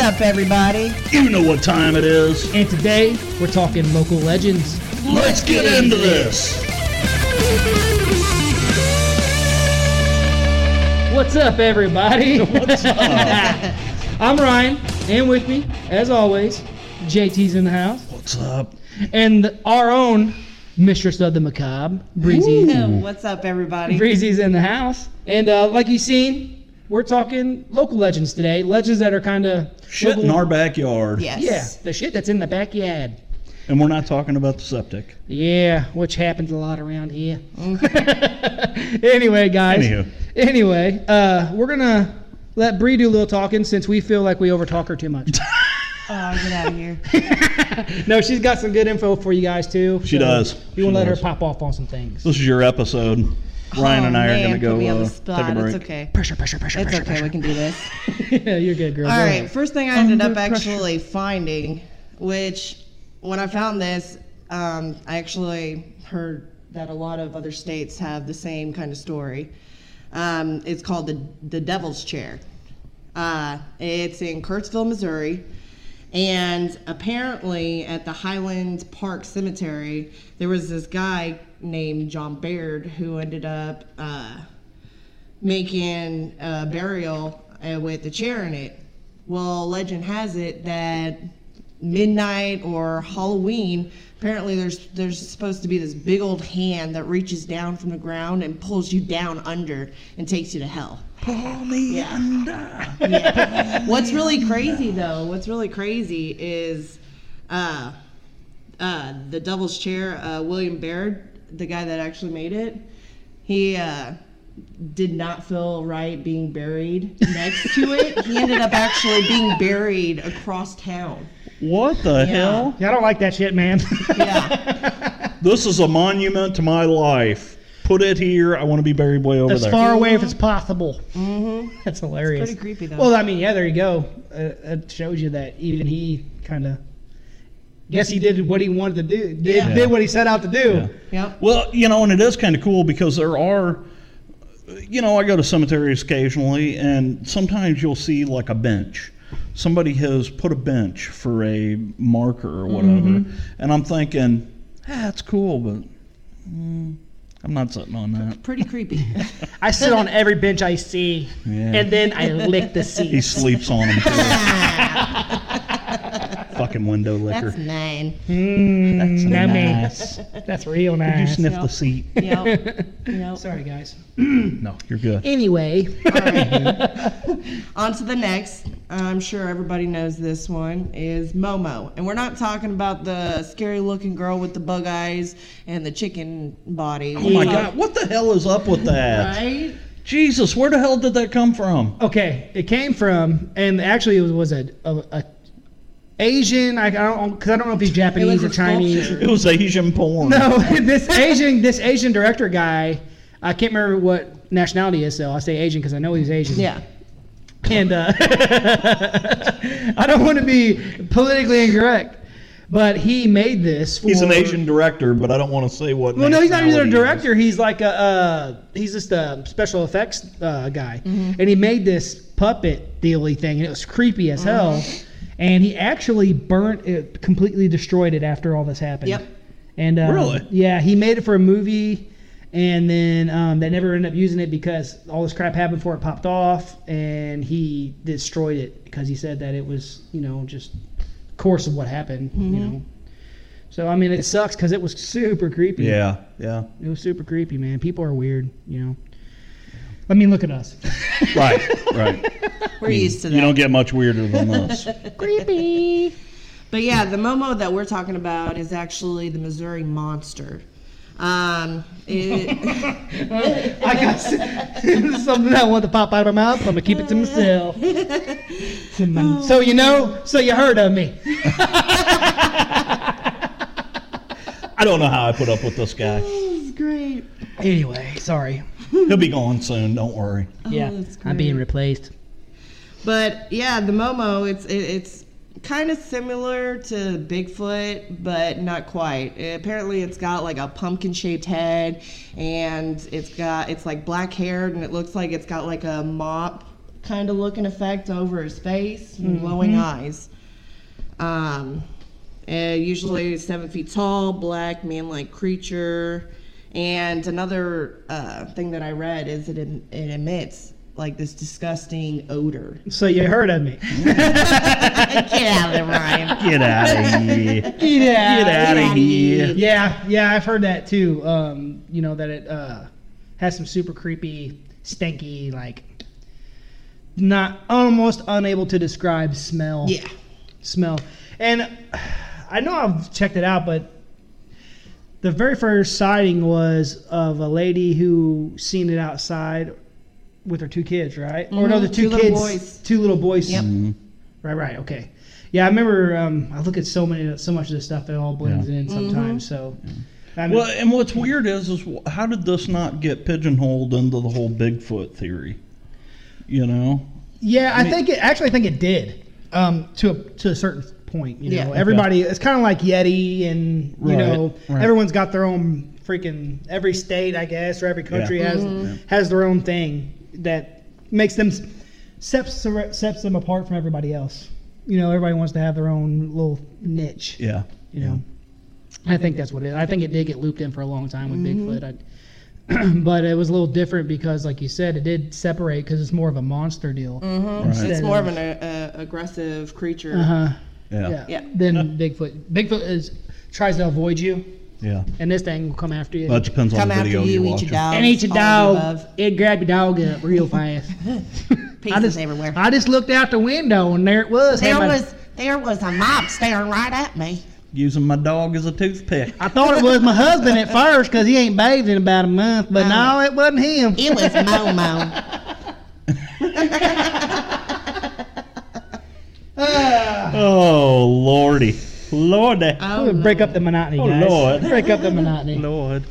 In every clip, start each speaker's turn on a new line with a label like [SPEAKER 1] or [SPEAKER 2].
[SPEAKER 1] up, everybody?
[SPEAKER 2] You know what time it is.
[SPEAKER 3] And today, we're talking local legends.
[SPEAKER 2] Let's get into this.
[SPEAKER 3] What's up, everybody?
[SPEAKER 2] What's up?
[SPEAKER 3] I'm Ryan, and with me, as always, JT's in the house,
[SPEAKER 2] What's up?
[SPEAKER 3] and our own mistress of the macabre, Breezy.
[SPEAKER 1] Um, What's up, everybody?
[SPEAKER 3] Breezy's in the house, and uh, like you've seen, we're talking local legends today. Legends that are kind of
[SPEAKER 2] Shit in our backyard.
[SPEAKER 1] Yes.
[SPEAKER 3] yeah, the shit that's in the backyard.
[SPEAKER 2] And we're not talking about the septic.
[SPEAKER 3] Yeah, which happens a lot around here. anyway, guys.
[SPEAKER 2] Anywho.
[SPEAKER 3] Anyway, uh, we're gonna let Bree do a little talking since we feel like we overtalk her too much.
[SPEAKER 1] Oh, get out of here.
[SPEAKER 3] no, she's got some good info for you guys too.
[SPEAKER 2] She does.
[SPEAKER 3] We will
[SPEAKER 2] She
[SPEAKER 3] let
[SPEAKER 2] does.
[SPEAKER 3] her pop off on some things.
[SPEAKER 2] This is your episode. Ryan and I
[SPEAKER 1] Oh, man,
[SPEAKER 2] are going
[SPEAKER 1] put me
[SPEAKER 2] to
[SPEAKER 1] on
[SPEAKER 2] go
[SPEAKER 1] the
[SPEAKER 2] uh,
[SPEAKER 1] spot.
[SPEAKER 2] take a break.
[SPEAKER 1] It's okay.
[SPEAKER 3] Pressure, pressure, pressure,
[SPEAKER 1] It's
[SPEAKER 3] pressure.
[SPEAKER 1] okay. We can do this.
[SPEAKER 3] pressure. yeah, you're good, girl.
[SPEAKER 1] All
[SPEAKER 3] Go
[SPEAKER 1] right.
[SPEAKER 3] ahead.
[SPEAKER 1] First thing I ended up
[SPEAKER 3] Under pressure.
[SPEAKER 1] actually finding, which when I found this, um, I actually heard that a lot of other states have the same kind of story. Um, it's called the the Devil's Chair. Uh, it's in Kurtzville, Missouri. And apparently, at the Highland Park Cemetery, there was this guy named John Baird who ended up uh, making a burial uh, with the chair in it. Well, legend has it that midnight or Halloween, apparently there's there's supposed to be this big old hand that reaches down from the ground and pulls you down under and takes you to hell.
[SPEAKER 2] Pull me under.
[SPEAKER 1] What's really crazy though, what's really crazy is uh uh the devil's chair, uh William Baird, the guy that actually made it, he uh did not feel right being buried next to it. He ended up actually being buried across town.
[SPEAKER 2] What the hell?
[SPEAKER 3] Yeah, I don't like that shit, man.
[SPEAKER 1] Yeah.
[SPEAKER 2] This is a monument to my life. Put it here. I want to be buried way over
[SPEAKER 3] as
[SPEAKER 2] there.
[SPEAKER 3] far away if it's possible. Mm-hmm. That's hilarious.
[SPEAKER 1] Pretty creepy though.
[SPEAKER 3] Well, I mean, yeah, there you go. Uh, it shows you that even he kind of. Guess he did what he wanted to do. Did,
[SPEAKER 1] Yeah.
[SPEAKER 3] did what he set out to do.
[SPEAKER 2] Yeah.
[SPEAKER 1] yep.
[SPEAKER 2] Well, you know, and it is kind of cool because there are, you know, I go to cemeteries occasionally, and sometimes you'll see like a bench. Somebody has put a bench for a marker or whatever,
[SPEAKER 1] Mm-hmm.
[SPEAKER 2] and I'm thinking, ah, that's cool, but mm, I'm not sitting on that.
[SPEAKER 1] Pretty creepy.
[SPEAKER 3] I sit on every bench I see,
[SPEAKER 2] Yeah.
[SPEAKER 3] and then I lick the seat.
[SPEAKER 2] He sleeps on them. Too. Fucking window licker.
[SPEAKER 1] That's nine.
[SPEAKER 2] Mm.
[SPEAKER 3] Mmm,
[SPEAKER 2] nice.
[SPEAKER 3] That's real
[SPEAKER 2] Did you
[SPEAKER 3] nice.
[SPEAKER 2] sniff
[SPEAKER 1] Yeah.
[SPEAKER 2] the seat?
[SPEAKER 1] Yep. Yep.
[SPEAKER 3] Sorry, guys.
[SPEAKER 2] No, you're good.
[SPEAKER 3] Anyway,
[SPEAKER 1] On to the next. I'm sure everybody knows this one is Momo, and we're not talking about the scary-looking girl with the bug eyes and the chicken body.
[SPEAKER 2] Oh my God, what the hell is up with that?
[SPEAKER 1] Right?
[SPEAKER 2] Jesus, where the hell did that come from?
[SPEAKER 3] okay, it came from, and actually it was, was a, a, a Asian. I, I don't because I don't know if he's Japanese
[SPEAKER 1] a
[SPEAKER 3] or Chinese.
[SPEAKER 1] sculpture.
[SPEAKER 2] It was Asian porn.
[SPEAKER 3] No, this Asian, this Asian director guy. I can't remember what nationality he is, so I say Asian because I know he's Asian.
[SPEAKER 1] Yeah.
[SPEAKER 3] And uh, I don't want to be politically incorrect, but he made this. For,
[SPEAKER 2] He's an Asian director, but I don't want to say what.
[SPEAKER 3] Well, no, he's not even a
[SPEAKER 2] nationality he is.
[SPEAKER 3] director. He's like a uh, he's just a special effects uh, guy, and he made this puppet dealy thing, and it was creepy as hell. And he actually burnt it, completely destroyed it after all this happened.
[SPEAKER 1] Yep.
[SPEAKER 3] And um,
[SPEAKER 2] Really?
[SPEAKER 3] yeah, he made it for a movie, and then um, they never ended up using it because all this crap happened before it popped off, and he destroyed it because he said that it was, you know, just course of what happened, you know. So I mean, it sucks because it was super creepy.
[SPEAKER 2] Yeah, yeah.
[SPEAKER 3] It was super creepy, man. People are weird, you know. I mean, look at us.
[SPEAKER 2] Right, right.
[SPEAKER 1] We're used to that.
[SPEAKER 2] You don't get much weirder than this.
[SPEAKER 3] creepy.
[SPEAKER 1] But yeah, the Momo that we're talking about is actually the Missouri Monster. Um, it,
[SPEAKER 3] I got s- something that wanted to pop out of my mouth. so I'm gonna keep it to myself. To my- so you know, so you heard of me.
[SPEAKER 2] I don't know how I put up with this guy.
[SPEAKER 1] it's great.
[SPEAKER 3] Anyway, sorry.
[SPEAKER 2] He'll be gone soon. Don't worry.
[SPEAKER 3] yeah,
[SPEAKER 1] Oh, that's
[SPEAKER 3] I'm being replaced.
[SPEAKER 1] But yeah, the Momo, it's it, it's kind of similar to Bigfoot, but not quite. Uh, apparently, it's got like a pumpkin-shaped head, and it's got it's like black haired, and it looks like it's got like a mop kind of looking effect over his face and glowing eyes. Um, uh, usually seven feet tall, black, man like creature. And another uh, thing that I read is it, em- it emits like this disgusting odor.
[SPEAKER 3] So you heard of me.
[SPEAKER 1] Get out of there, Ryan.
[SPEAKER 2] Get out of here.
[SPEAKER 3] yeah.
[SPEAKER 2] Get out of here.
[SPEAKER 3] Yeah, yeah, I've heard that too. Um, you know that it uh, has some super creepy, stanky, like not almost unable to describe smell.
[SPEAKER 1] Yeah.
[SPEAKER 3] smell. And I know I've checked it out, but the very first sighting was of a lady who seen it outside with her two kids, right? Or no, the
[SPEAKER 1] Mhm,
[SPEAKER 3] two,
[SPEAKER 1] two little
[SPEAKER 3] kids,
[SPEAKER 1] boys.
[SPEAKER 3] two little boys.
[SPEAKER 1] Yep.
[SPEAKER 3] Right, right, okay. Yeah, I remember. Um, I look at so many, so much of this stuff. It all blends
[SPEAKER 2] Yeah.
[SPEAKER 3] in sometimes. So, I mean,
[SPEAKER 2] Well, and what's weird is, is wh- how did this not get pigeonholed into the whole Bigfoot theory? You know,
[SPEAKER 3] yeah, I,
[SPEAKER 2] mean-
[SPEAKER 3] think it actually. I think it did um, to a to a certain point. You know,
[SPEAKER 1] Yeah. Okay.
[SPEAKER 3] everybody. It's kind of like Yeti, and you
[SPEAKER 2] Right,
[SPEAKER 3] know,
[SPEAKER 2] right.
[SPEAKER 3] everyone's got their own freaking. Every state, I guess, or every country
[SPEAKER 2] Yeah.
[SPEAKER 3] has has their own thing that makes them s- sets sets them apart from everybody else. You know, everybody wants to have their own little niche.
[SPEAKER 2] yeah,
[SPEAKER 3] you know. I think that's what it is. I think it did get looped in for a long time with
[SPEAKER 1] Mm-hmm.
[SPEAKER 3] Bigfoot. I, but it was a little different because, like you said, it did separate because it's more of a monster deal.
[SPEAKER 1] Mm-hmm.
[SPEAKER 2] right, Uh-huh.
[SPEAKER 1] It's more of an uh, uh, aggressive creature.
[SPEAKER 3] Uh huh.
[SPEAKER 2] yeah,
[SPEAKER 3] Yeah.
[SPEAKER 2] yeah,
[SPEAKER 1] Yeah.
[SPEAKER 3] Then Bigfoot. Bigfoot is tries to avoid you, and this thing will come after you.
[SPEAKER 2] That depends on
[SPEAKER 1] Come
[SPEAKER 2] the
[SPEAKER 1] after
[SPEAKER 2] video
[SPEAKER 1] you,
[SPEAKER 2] you,
[SPEAKER 1] eat
[SPEAKER 2] watch.
[SPEAKER 1] your dog.
[SPEAKER 3] and eat your
[SPEAKER 1] all of the
[SPEAKER 3] dog.
[SPEAKER 1] above.
[SPEAKER 3] It grabbed your dog up real fast. I
[SPEAKER 1] Pieces
[SPEAKER 3] just,
[SPEAKER 1] everywhere.
[SPEAKER 3] I just looked out the window and there it was.
[SPEAKER 1] There
[SPEAKER 3] Everybody-
[SPEAKER 1] was there was a mob staring right at me.
[SPEAKER 2] Using my dog as a toothpick.
[SPEAKER 3] I thought it was my husband at first because he ain't bathed in about a month, but no, it wasn't him.
[SPEAKER 1] It was Momo.
[SPEAKER 3] Ah.
[SPEAKER 2] Oh lordy, lordy,
[SPEAKER 1] Oh,
[SPEAKER 3] We'll break up the monotony,
[SPEAKER 2] Oh,
[SPEAKER 3] guys.
[SPEAKER 2] Lord.
[SPEAKER 3] Break up the monotony.
[SPEAKER 2] lord.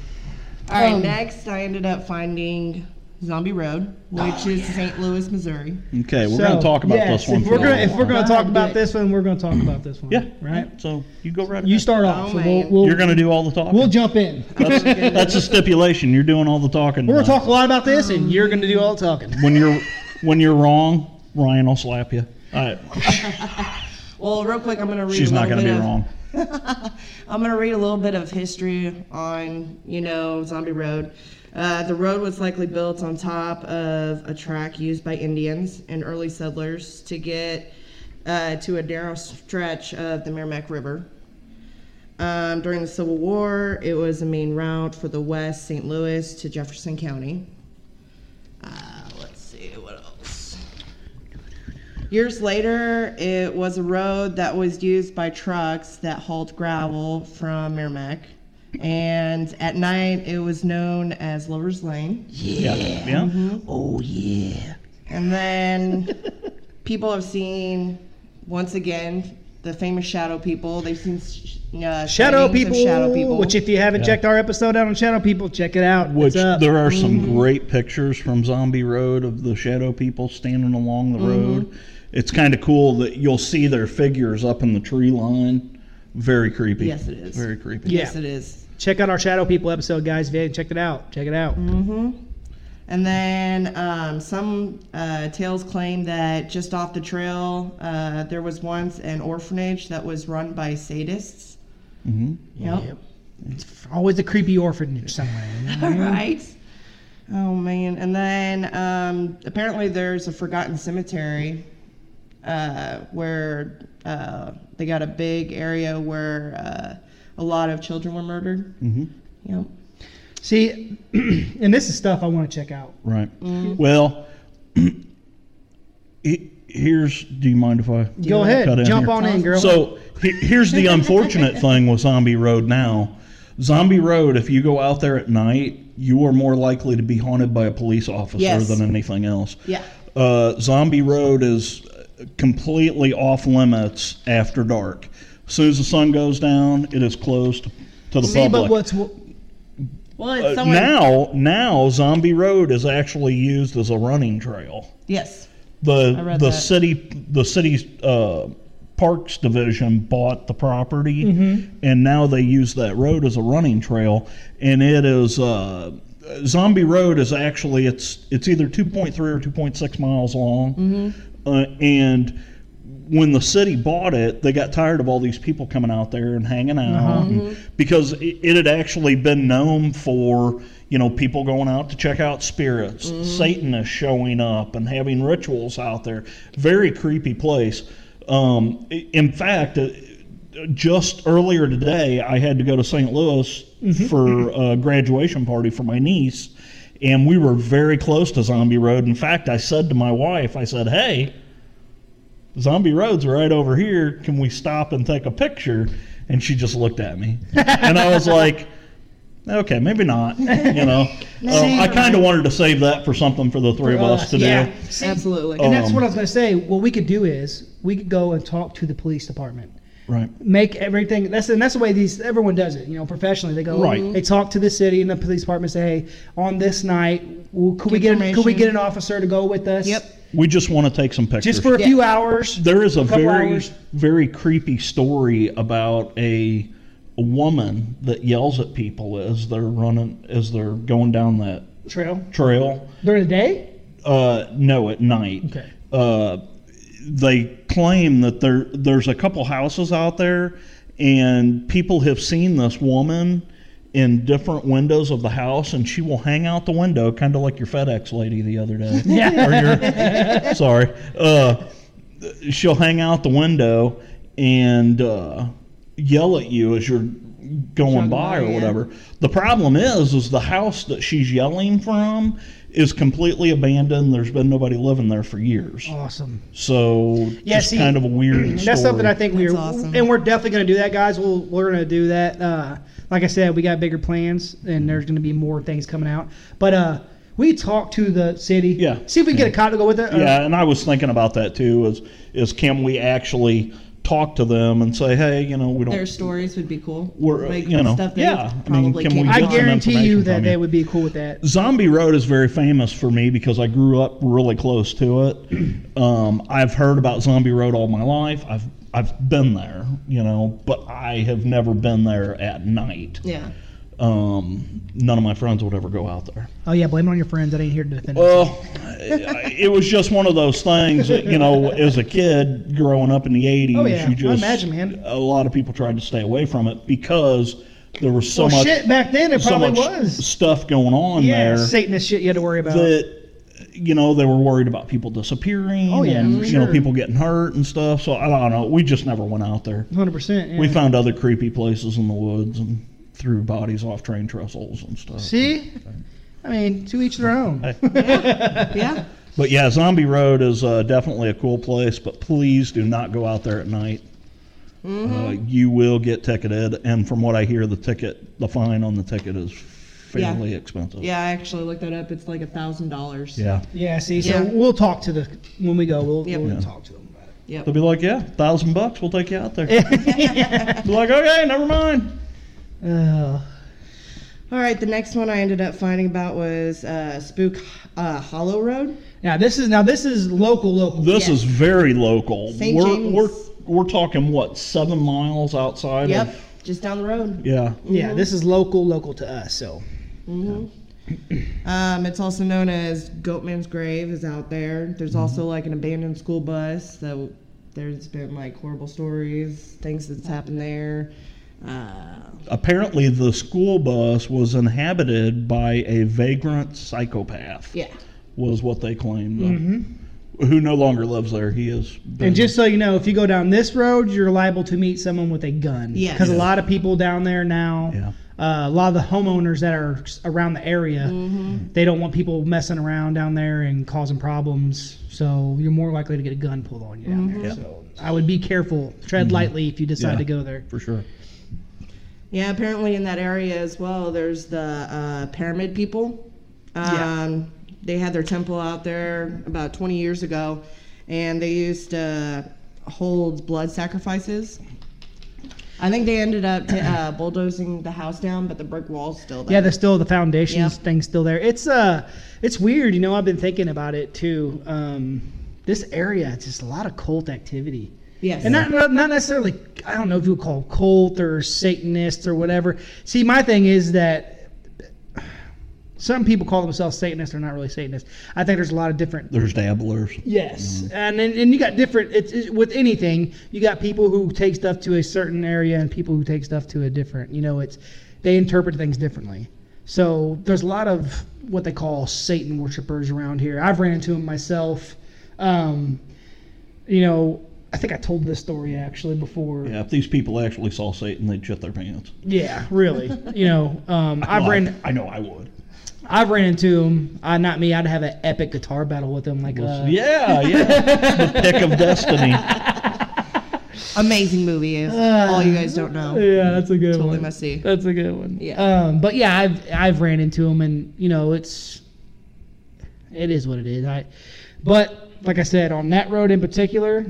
[SPEAKER 1] All right,
[SPEAKER 2] Oh.
[SPEAKER 3] Um,
[SPEAKER 1] next I ended up finding Zombie Road, which is St. Louis, Missouri.
[SPEAKER 2] Okay, we're
[SPEAKER 3] So,
[SPEAKER 2] gonna talk about
[SPEAKER 3] yes,
[SPEAKER 2] this one.
[SPEAKER 3] If we're
[SPEAKER 2] for a
[SPEAKER 3] gonna, if
[SPEAKER 2] while.
[SPEAKER 3] we're gonna talk about
[SPEAKER 1] Dick.
[SPEAKER 3] this one, we're gonna talk about this one.
[SPEAKER 2] yeah,
[SPEAKER 3] Right.
[SPEAKER 2] So you go right.
[SPEAKER 3] You
[SPEAKER 2] ahead.
[SPEAKER 3] start
[SPEAKER 1] Oh,
[SPEAKER 3] off. so we'll,
[SPEAKER 1] man.
[SPEAKER 3] we'll,
[SPEAKER 2] You're gonna do all the talking.
[SPEAKER 3] we'll jump in. we're
[SPEAKER 2] that's, that's a stipulation. You're doing all the talking.
[SPEAKER 3] gonna
[SPEAKER 2] tonight.
[SPEAKER 3] talk a lot about this, and you're gonna do all the talking.
[SPEAKER 2] when you're when you're wrong. Ryan will slap you. All right.
[SPEAKER 1] Well, real quick, I'm gonna read.
[SPEAKER 2] She's
[SPEAKER 1] a
[SPEAKER 2] not
[SPEAKER 1] little
[SPEAKER 2] gonna be
[SPEAKER 1] bit of-
[SPEAKER 2] wrong.
[SPEAKER 1] I'm going to read a little bit of history on, you know, Zombie Road. Uh, the road was likely built on top of a track used by Indians and early settlers to get uh, to a narrow stretch of the Merrimack River. Um, during the Civil War, it was a main route for the West St. Louis to Jefferson County. Uh, let's see what else. Years later, it was a road that was used by trucks that hauled gravel from Merrimack. And at night, it was known as Lover's Lane.
[SPEAKER 2] Yeah. Yeah.
[SPEAKER 3] Mm-hmm.
[SPEAKER 1] Oh, yeah. And then people have seen, once again, the famous shadow people. They've seen sh- uh, sightings
[SPEAKER 3] Shadow
[SPEAKER 1] of
[SPEAKER 3] people,
[SPEAKER 1] Shadow people.
[SPEAKER 3] Which, if you haven't
[SPEAKER 2] Yeah.
[SPEAKER 3] checked our episode out on Shadow People, check it out.
[SPEAKER 2] Which
[SPEAKER 3] it's up. Mm-hmm.
[SPEAKER 2] there are some great pictures from Zombie Road of the shadow people standing along the
[SPEAKER 3] Mm-hmm.
[SPEAKER 2] road. It's kind of cool that you'll see their figures up in the tree line. Very creepy.
[SPEAKER 1] Yes, it is.
[SPEAKER 2] Very creepy.
[SPEAKER 3] Yeah.
[SPEAKER 1] Yes, it is.
[SPEAKER 3] check out our Shadow People episode, guys. If you haven't checked it out, check it out.
[SPEAKER 1] Mm-hmm. And then um, some uh, tales claim that just off the trail, uh, there was once an orphanage that was run by sadists.
[SPEAKER 2] hmm
[SPEAKER 1] Yep.
[SPEAKER 3] It's always a creepy orphanage somewhere.
[SPEAKER 1] All right. Mm-hmm. Oh man. And then um, apparently there's a forgotten cemetery uh, where uh, they got a big area where uh, a lot of children were murdered.
[SPEAKER 2] hmm
[SPEAKER 1] Yep.
[SPEAKER 3] See, and this is stuff I want to check out.
[SPEAKER 2] Right.
[SPEAKER 3] Mm-hmm.
[SPEAKER 2] Well, he- here's. Do you mind if I
[SPEAKER 3] Go
[SPEAKER 2] cut
[SPEAKER 3] ahead,
[SPEAKER 2] in
[SPEAKER 3] jump
[SPEAKER 2] here?
[SPEAKER 3] on in, girl.
[SPEAKER 2] So he- here's the unfortunate thing with Zombie Road now. Zombie Road, if you go out there at night, you are more likely to be haunted by a police officer
[SPEAKER 1] Yes.
[SPEAKER 2] than anything else.
[SPEAKER 1] Yeah.
[SPEAKER 2] Uh, Zombie Road is completely off limits after dark. As soon as the sun goes down, it is closed to the
[SPEAKER 3] See,
[SPEAKER 2] public.
[SPEAKER 3] but what's
[SPEAKER 1] Well,
[SPEAKER 2] Uh,
[SPEAKER 1] it's someone.
[SPEAKER 2] now, now Zombie Road is actually used as a running trail
[SPEAKER 1] Yes. I
[SPEAKER 2] the
[SPEAKER 1] read
[SPEAKER 2] the
[SPEAKER 1] that.
[SPEAKER 2] city the city's uh, parks division bought the
[SPEAKER 1] Mm-hmm.
[SPEAKER 2] property and now they use that road as a running trail and it is uh, uh, Zombie Road is actually it's it's either 2.3 or 2.6 miles long,
[SPEAKER 1] Mm-hmm.
[SPEAKER 2] uh, and when the city bought it, they got tired of all these people coming out there and hanging out and- because it, it had actually been known for you know people going out to check out spirits, Satanists showing up and having rituals out there. Very creepy place. Um, i- in fact. uh just earlier today, I had to go to St. Louis for a graduation party for my niece, and we were very close to Zombie Road. In fact, I said to my wife, I said, Hey, Zombie Road's right over here. Can we stop and take a picture? And she just looked at me. and I was like, Okay, maybe not. You know, Uh, I kind of wanted to save that for something for the three of us to
[SPEAKER 3] yeah.
[SPEAKER 2] do.
[SPEAKER 3] See,
[SPEAKER 1] Absolutely.
[SPEAKER 2] Oh.
[SPEAKER 3] And that's
[SPEAKER 2] Um,
[SPEAKER 3] what I was going to say. What we could do is we could go and talk to the police department.
[SPEAKER 2] Right.
[SPEAKER 3] Make everything that's and that's the way these everyone does it. You know, professionally they go.
[SPEAKER 2] Right.
[SPEAKER 3] They talk to the city and the police department. Say, hey, on this night, well, could we get could we
[SPEAKER 1] Information.
[SPEAKER 3] get an officer to go with us?
[SPEAKER 1] Yep.
[SPEAKER 2] We just want to take some pictures.
[SPEAKER 3] Just for a
[SPEAKER 1] Yeah.
[SPEAKER 3] few hours.
[SPEAKER 2] There is a
[SPEAKER 3] Couple
[SPEAKER 2] very,
[SPEAKER 3] hours.
[SPEAKER 2] very creepy story about a, a woman that yells at people as they're running, as they're going down that
[SPEAKER 3] Trail
[SPEAKER 2] trail.
[SPEAKER 3] during the day.
[SPEAKER 2] Uh, no, at night.
[SPEAKER 3] Okay.
[SPEAKER 2] Uh, they claim that there there's a couple houses out there, and people have seen this woman in different windows of the house, and she will hang out the window, kind of like your FedEx lady the other day.
[SPEAKER 3] Yeah.
[SPEAKER 2] or your, sorry. Uh, she'll hang out the window and uh, yell at you as you're going
[SPEAKER 1] Going
[SPEAKER 2] by
[SPEAKER 1] by,
[SPEAKER 2] or
[SPEAKER 1] yeah.
[SPEAKER 2] whatever. The problem is, is the house that she's yelling from is completely abandoned. There's been nobody living there for years.
[SPEAKER 3] Awesome.
[SPEAKER 2] So
[SPEAKER 3] Oh. Yeah,
[SPEAKER 2] just
[SPEAKER 3] see,
[SPEAKER 2] kind of a weird story.
[SPEAKER 3] That's something I think we're
[SPEAKER 1] That's awesome.
[SPEAKER 3] and we're definitely going to do that, guys. We'll, we're going to do that. Uh, like I said, we got bigger plans, and there's going to be more things coming out. But uh, we talked to the city.
[SPEAKER 2] Yeah.
[SPEAKER 3] See if we can get a cop to go with it. or-
[SPEAKER 2] Yeah, and I was thinking about that too. Is is can we actually talk to them and say, hey, you know, we don't.
[SPEAKER 1] Their stories would be cool.
[SPEAKER 2] We're, uh,
[SPEAKER 1] like,
[SPEAKER 2] you know,
[SPEAKER 1] stuff they
[SPEAKER 2] yeah. I mean,
[SPEAKER 1] probably
[SPEAKER 2] can
[SPEAKER 1] can't
[SPEAKER 2] we
[SPEAKER 3] I
[SPEAKER 2] get some
[SPEAKER 1] find.
[SPEAKER 3] guarantee
[SPEAKER 2] information
[SPEAKER 3] you
[SPEAKER 2] from
[SPEAKER 3] that
[SPEAKER 2] you.
[SPEAKER 3] they would be cool with that.
[SPEAKER 2] Zombie Road is very famous for me because I grew up really close to it. Um, I've heard about Zombie Road all my life. I've I've been there, you know, but I have never been there at night.
[SPEAKER 1] Yeah.
[SPEAKER 2] Um, none of my friends would ever go out there.
[SPEAKER 3] Oh yeah, blame it on your friends. That ain't here to
[SPEAKER 2] Oh,
[SPEAKER 3] defend. us.
[SPEAKER 2] Well, I- it was just one of those things that, you know, as a kid growing up in the 80s,
[SPEAKER 3] Oh, yeah.
[SPEAKER 2] you just.
[SPEAKER 3] I imagine, man.
[SPEAKER 2] A lot of people tried to stay away from it because there was so
[SPEAKER 3] well,
[SPEAKER 2] much.
[SPEAKER 3] shit, back then it
[SPEAKER 2] so
[SPEAKER 3] probably
[SPEAKER 2] much
[SPEAKER 3] was.
[SPEAKER 2] stuff going on
[SPEAKER 3] Yeah,
[SPEAKER 2] there
[SPEAKER 3] Satanist shit you had to worry about.
[SPEAKER 2] that you know they were worried about people disappearing
[SPEAKER 3] Oh, yeah,
[SPEAKER 2] and
[SPEAKER 3] for
[SPEAKER 2] you know
[SPEAKER 3] sure.
[SPEAKER 2] people getting hurt and stuff so i don't know we just never went out there
[SPEAKER 3] Hundred percent.
[SPEAKER 2] we found other creepy places in the woods and threw bodies off train trestles and stuff
[SPEAKER 3] See, I mean, to each their own.
[SPEAKER 1] Yeah.
[SPEAKER 2] but yeah zombie road is uh, definitely a cool place but please do not go out there at night
[SPEAKER 3] Mm-hmm.
[SPEAKER 2] uh, you will get ticketed and from what i hear the ticket the fine on the ticket is fairly expensive
[SPEAKER 1] Yeah, I actually looked that up. It's like a thousand dollars.
[SPEAKER 2] yeah
[SPEAKER 3] Yeah. See, so
[SPEAKER 1] Yeah.
[SPEAKER 3] we'll talk to the when we go. We'll,
[SPEAKER 1] Yep.
[SPEAKER 3] we'll
[SPEAKER 2] Yeah.
[SPEAKER 3] talk to them about it.
[SPEAKER 1] Yep.
[SPEAKER 2] They'll be like, yeah, thousand bucks, we'll take you out there. Be like, okay, never mind.
[SPEAKER 3] Uh,
[SPEAKER 1] All right, the next one I ended up finding about was uh, Spook uh, Hollow Road.
[SPEAKER 3] now this is now this is local local.
[SPEAKER 2] This
[SPEAKER 1] Yeah.
[SPEAKER 2] is very local.
[SPEAKER 1] St.
[SPEAKER 2] We're,
[SPEAKER 1] James.
[SPEAKER 2] we're we're talking what seven miles outside
[SPEAKER 1] Yep,
[SPEAKER 2] of
[SPEAKER 1] just down the road.
[SPEAKER 2] yeah.
[SPEAKER 3] yeah, this is local local to us. So
[SPEAKER 1] Um, it's also known as Goatman's Grave is out there. There's
[SPEAKER 2] Mm-hmm.
[SPEAKER 1] also like an abandoned school bus. So there's been like horrible stories, things that's happened there. Uh,
[SPEAKER 2] Apparently, the school bus was inhabited by a vagrant psychopath.
[SPEAKER 1] yeah. Mm-hmm.
[SPEAKER 2] was what they claimed.
[SPEAKER 3] Mm-hmm.
[SPEAKER 2] Who no longer lives there? He is.
[SPEAKER 3] and just so you know, if you go down this road, you're liable to meet someone with a gun.
[SPEAKER 1] Yes.
[SPEAKER 3] because a
[SPEAKER 1] Yeah.
[SPEAKER 3] lot of people down there now.
[SPEAKER 2] Yeah.
[SPEAKER 3] Uh, a lot of the homeowners that are s- around the area,
[SPEAKER 1] Mm-hmm.
[SPEAKER 3] they don't want people messing around down there and causing problems. So you're more likely to get a gun pulled on you down there.
[SPEAKER 1] Mm-hmm.
[SPEAKER 2] Yep.
[SPEAKER 3] So I would be careful, tread lightly if you decide
[SPEAKER 2] Mm-hmm. Yeah.
[SPEAKER 3] to go there.
[SPEAKER 2] for sure.
[SPEAKER 1] Yeah, apparently in that area as well, there's the uh, pyramid people. Um,
[SPEAKER 3] Yeah.
[SPEAKER 1] They had their temple out there about 20 years ago, and they used to hold blood sacrifices. I think they ended up t- uh, bulldozing the house down, but the brick wall's still
[SPEAKER 3] Yeah,
[SPEAKER 1] there.
[SPEAKER 3] the still the foundations
[SPEAKER 1] Yeah.
[SPEAKER 3] thing's still there. It's uh, it's weird. You know, I've been thinking about it too. Um, this area, it's just a lot of cult activity,
[SPEAKER 1] yes.
[SPEAKER 3] and not not not necessarily. I don't know if you would call it cult or Satanists or whatever. See, my thing is that Some people call themselves Satanists. They're not really Satanists. I think there's a lot of different
[SPEAKER 2] There's dabblers.
[SPEAKER 3] Yes,
[SPEAKER 2] Mm-hmm.
[SPEAKER 3] and, and and you got different. It's, it's with anything. You got people who take stuff to a certain area, and people who take stuff to a different. You know, it's they interpret things differently. So there's a lot of what they call Satan worshipers around here. I've ran into them myself. Um, you know, I think I told this story actually before.
[SPEAKER 2] Yeah, if these people actually saw Satan, they'd shit their pants.
[SPEAKER 3] Yeah, really. you know, um, I've
[SPEAKER 2] Well, I-
[SPEAKER 3] ran.
[SPEAKER 2] I know I would.
[SPEAKER 3] I've ran into them. Uh, not me. I'd have an epic guitar battle with them. Like, uh,
[SPEAKER 2] yeah, yeah. the pick of destiny.
[SPEAKER 1] Amazing movie if
[SPEAKER 3] Uh,
[SPEAKER 1] all you guys don't know.
[SPEAKER 3] yeah, that's a good
[SPEAKER 1] Totally
[SPEAKER 3] one.
[SPEAKER 1] messy.
[SPEAKER 3] That's a good one.
[SPEAKER 1] Yeah.
[SPEAKER 3] Um, but yeah, I've I've ran into them, and you know, it's it is what it is. I, but like I said, on that road in particular,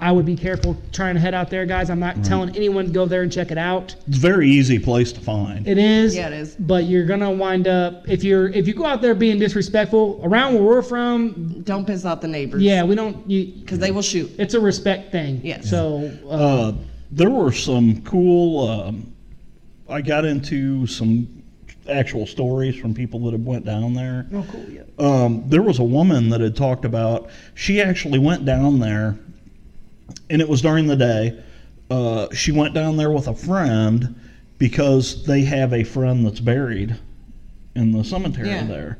[SPEAKER 3] I would be careful trying to head out there, guys. I'm not telling anyone to go there and check it out.
[SPEAKER 2] It's a very easy place to find.
[SPEAKER 3] It is.
[SPEAKER 1] Yeah, it is.
[SPEAKER 3] But you're gonna wind up if you're if you go out there being disrespectful around where we're from.
[SPEAKER 1] Don't piss off the neighbors.
[SPEAKER 3] Yeah, we don't. You,
[SPEAKER 1] Because they will shoot.
[SPEAKER 3] it's a respect thing.
[SPEAKER 1] Yes.
[SPEAKER 3] So uh,
[SPEAKER 2] Uh, there were some cool. Um, I got into some actual stories from people that had went down there.
[SPEAKER 3] oh, cool. Yeah.
[SPEAKER 2] um, there was a woman that had talked about she actually went down there and it was during the day uh, she went down there with a friend because they have a friend that's buried in the cemetery
[SPEAKER 1] Yeah.
[SPEAKER 2] there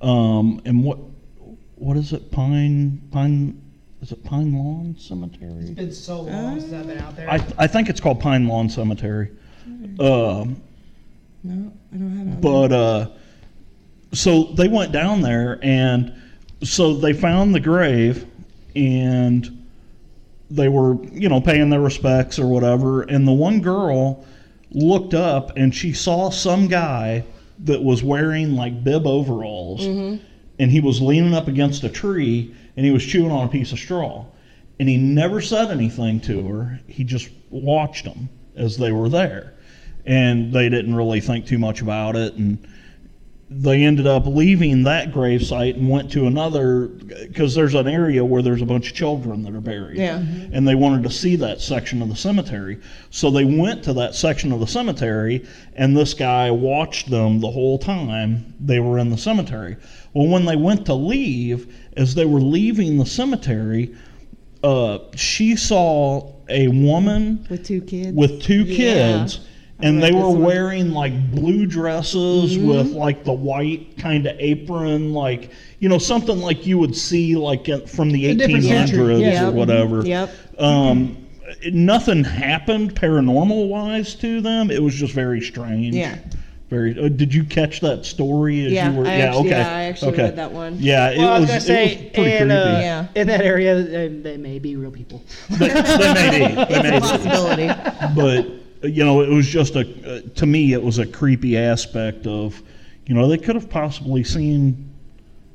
[SPEAKER 2] um, and what what is it pine pine is it pine lawn cemetery
[SPEAKER 3] It's been so long since I've been out there.
[SPEAKER 2] I, I think it's called pine lawn cemetery
[SPEAKER 1] Hmm.
[SPEAKER 2] um,
[SPEAKER 1] No, I don't have it.
[SPEAKER 2] but uh, so they went down there, and so they found the grave, and they were, you know, paying their respects or whatever. And the one girl looked up and she saw some guy that was wearing like bib overalls, and he was leaning up against a tree and he was chewing on a piece of straw. And he never said anything to her. He just watched them as they were there and they didn't really think too much about it and they ended up leaving that grave site and went to another because there's an area where there's a bunch of children that are buried
[SPEAKER 1] Yeah.
[SPEAKER 2] and they wanted to see that section of the cemetery so they went to that section of the cemetery and this guy watched them the whole time they were in the cemetery well when they went to leave as they were leaving the cemetery uh, she saw a woman
[SPEAKER 1] With two kids.
[SPEAKER 2] with two
[SPEAKER 1] Yeah.
[SPEAKER 2] kids and
[SPEAKER 1] like
[SPEAKER 2] they were
[SPEAKER 1] this one. Mm-hmm.
[SPEAKER 2] wearing like blue dresses with like the white kind of apron like you know something like you would see like in- from the
[SPEAKER 3] A different century,
[SPEAKER 2] 1800s
[SPEAKER 3] yeah.
[SPEAKER 2] or whatever
[SPEAKER 1] Yep.
[SPEAKER 2] um it- nothing happened paranormal wise to them it was just very strange
[SPEAKER 1] Yeah.
[SPEAKER 2] very uh, did you catch that story as
[SPEAKER 1] Yeah,
[SPEAKER 2] you were
[SPEAKER 1] I
[SPEAKER 2] yeah
[SPEAKER 1] actually-
[SPEAKER 2] okay
[SPEAKER 1] yeah, I actually
[SPEAKER 2] okay.
[SPEAKER 1] read that one.
[SPEAKER 2] yeah it,
[SPEAKER 3] Well, I was
[SPEAKER 2] was,
[SPEAKER 3] gonna
[SPEAKER 2] it
[SPEAKER 3] say,
[SPEAKER 2] was pretty
[SPEAKER 3] and,
[SPEAKER 2] creepy
[SPEAKER 3] uh,
[SPEAKER 1] Yeah.
[SPEAKER 3] in that area, they, they may be real people.
[SPEAKER 2] they, they may be they
[SPEAKER 1] It's a
[SPEAKER 2] may be
[SPEAKER 1] possibility.
[SPEAKER 2] but uh, you know it was just a uh, to me it was a creepy aspect of you know they could have possibly seen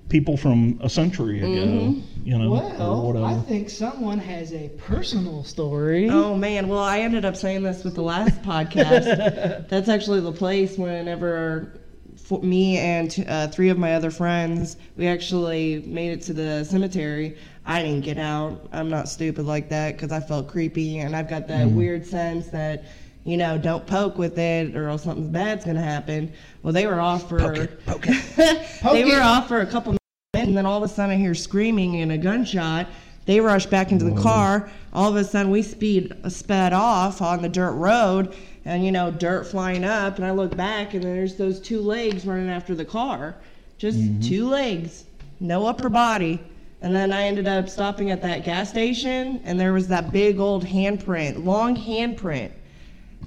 [SPEAKER 2] people from a century ago
[SPEAKER 1] Mm-hmm.
[SPEAKER 2] you know or whatever
[SPEAKER 3] think someone has a personal story.
[SPEAKER 1] Oh man, well I ended up saying this with the last podcast. That's actually the place whenever for me and uh, three of my other friends we actually made it to the cemetery. I didn't get out. I'm not stupid like that because I felt creepy and I've got that weird sense that you know don't poke with it or else something bad's gonna happen. Well, they were off for they were off for a couple minutes, and then all of a sudden I hear screaming and a gunshot. They rush back into the car. All of a sudden we speed uh, sped off on the dirt road, and you know dirt flying up. And I look back, and there's those two legs running after the car, just
[SPEAKER 2] Mm-hmm.
[SPEAKER 1] two legs, no upper body. And then I ended up stopping at that gas station, and there was that big old handprint, long handprint,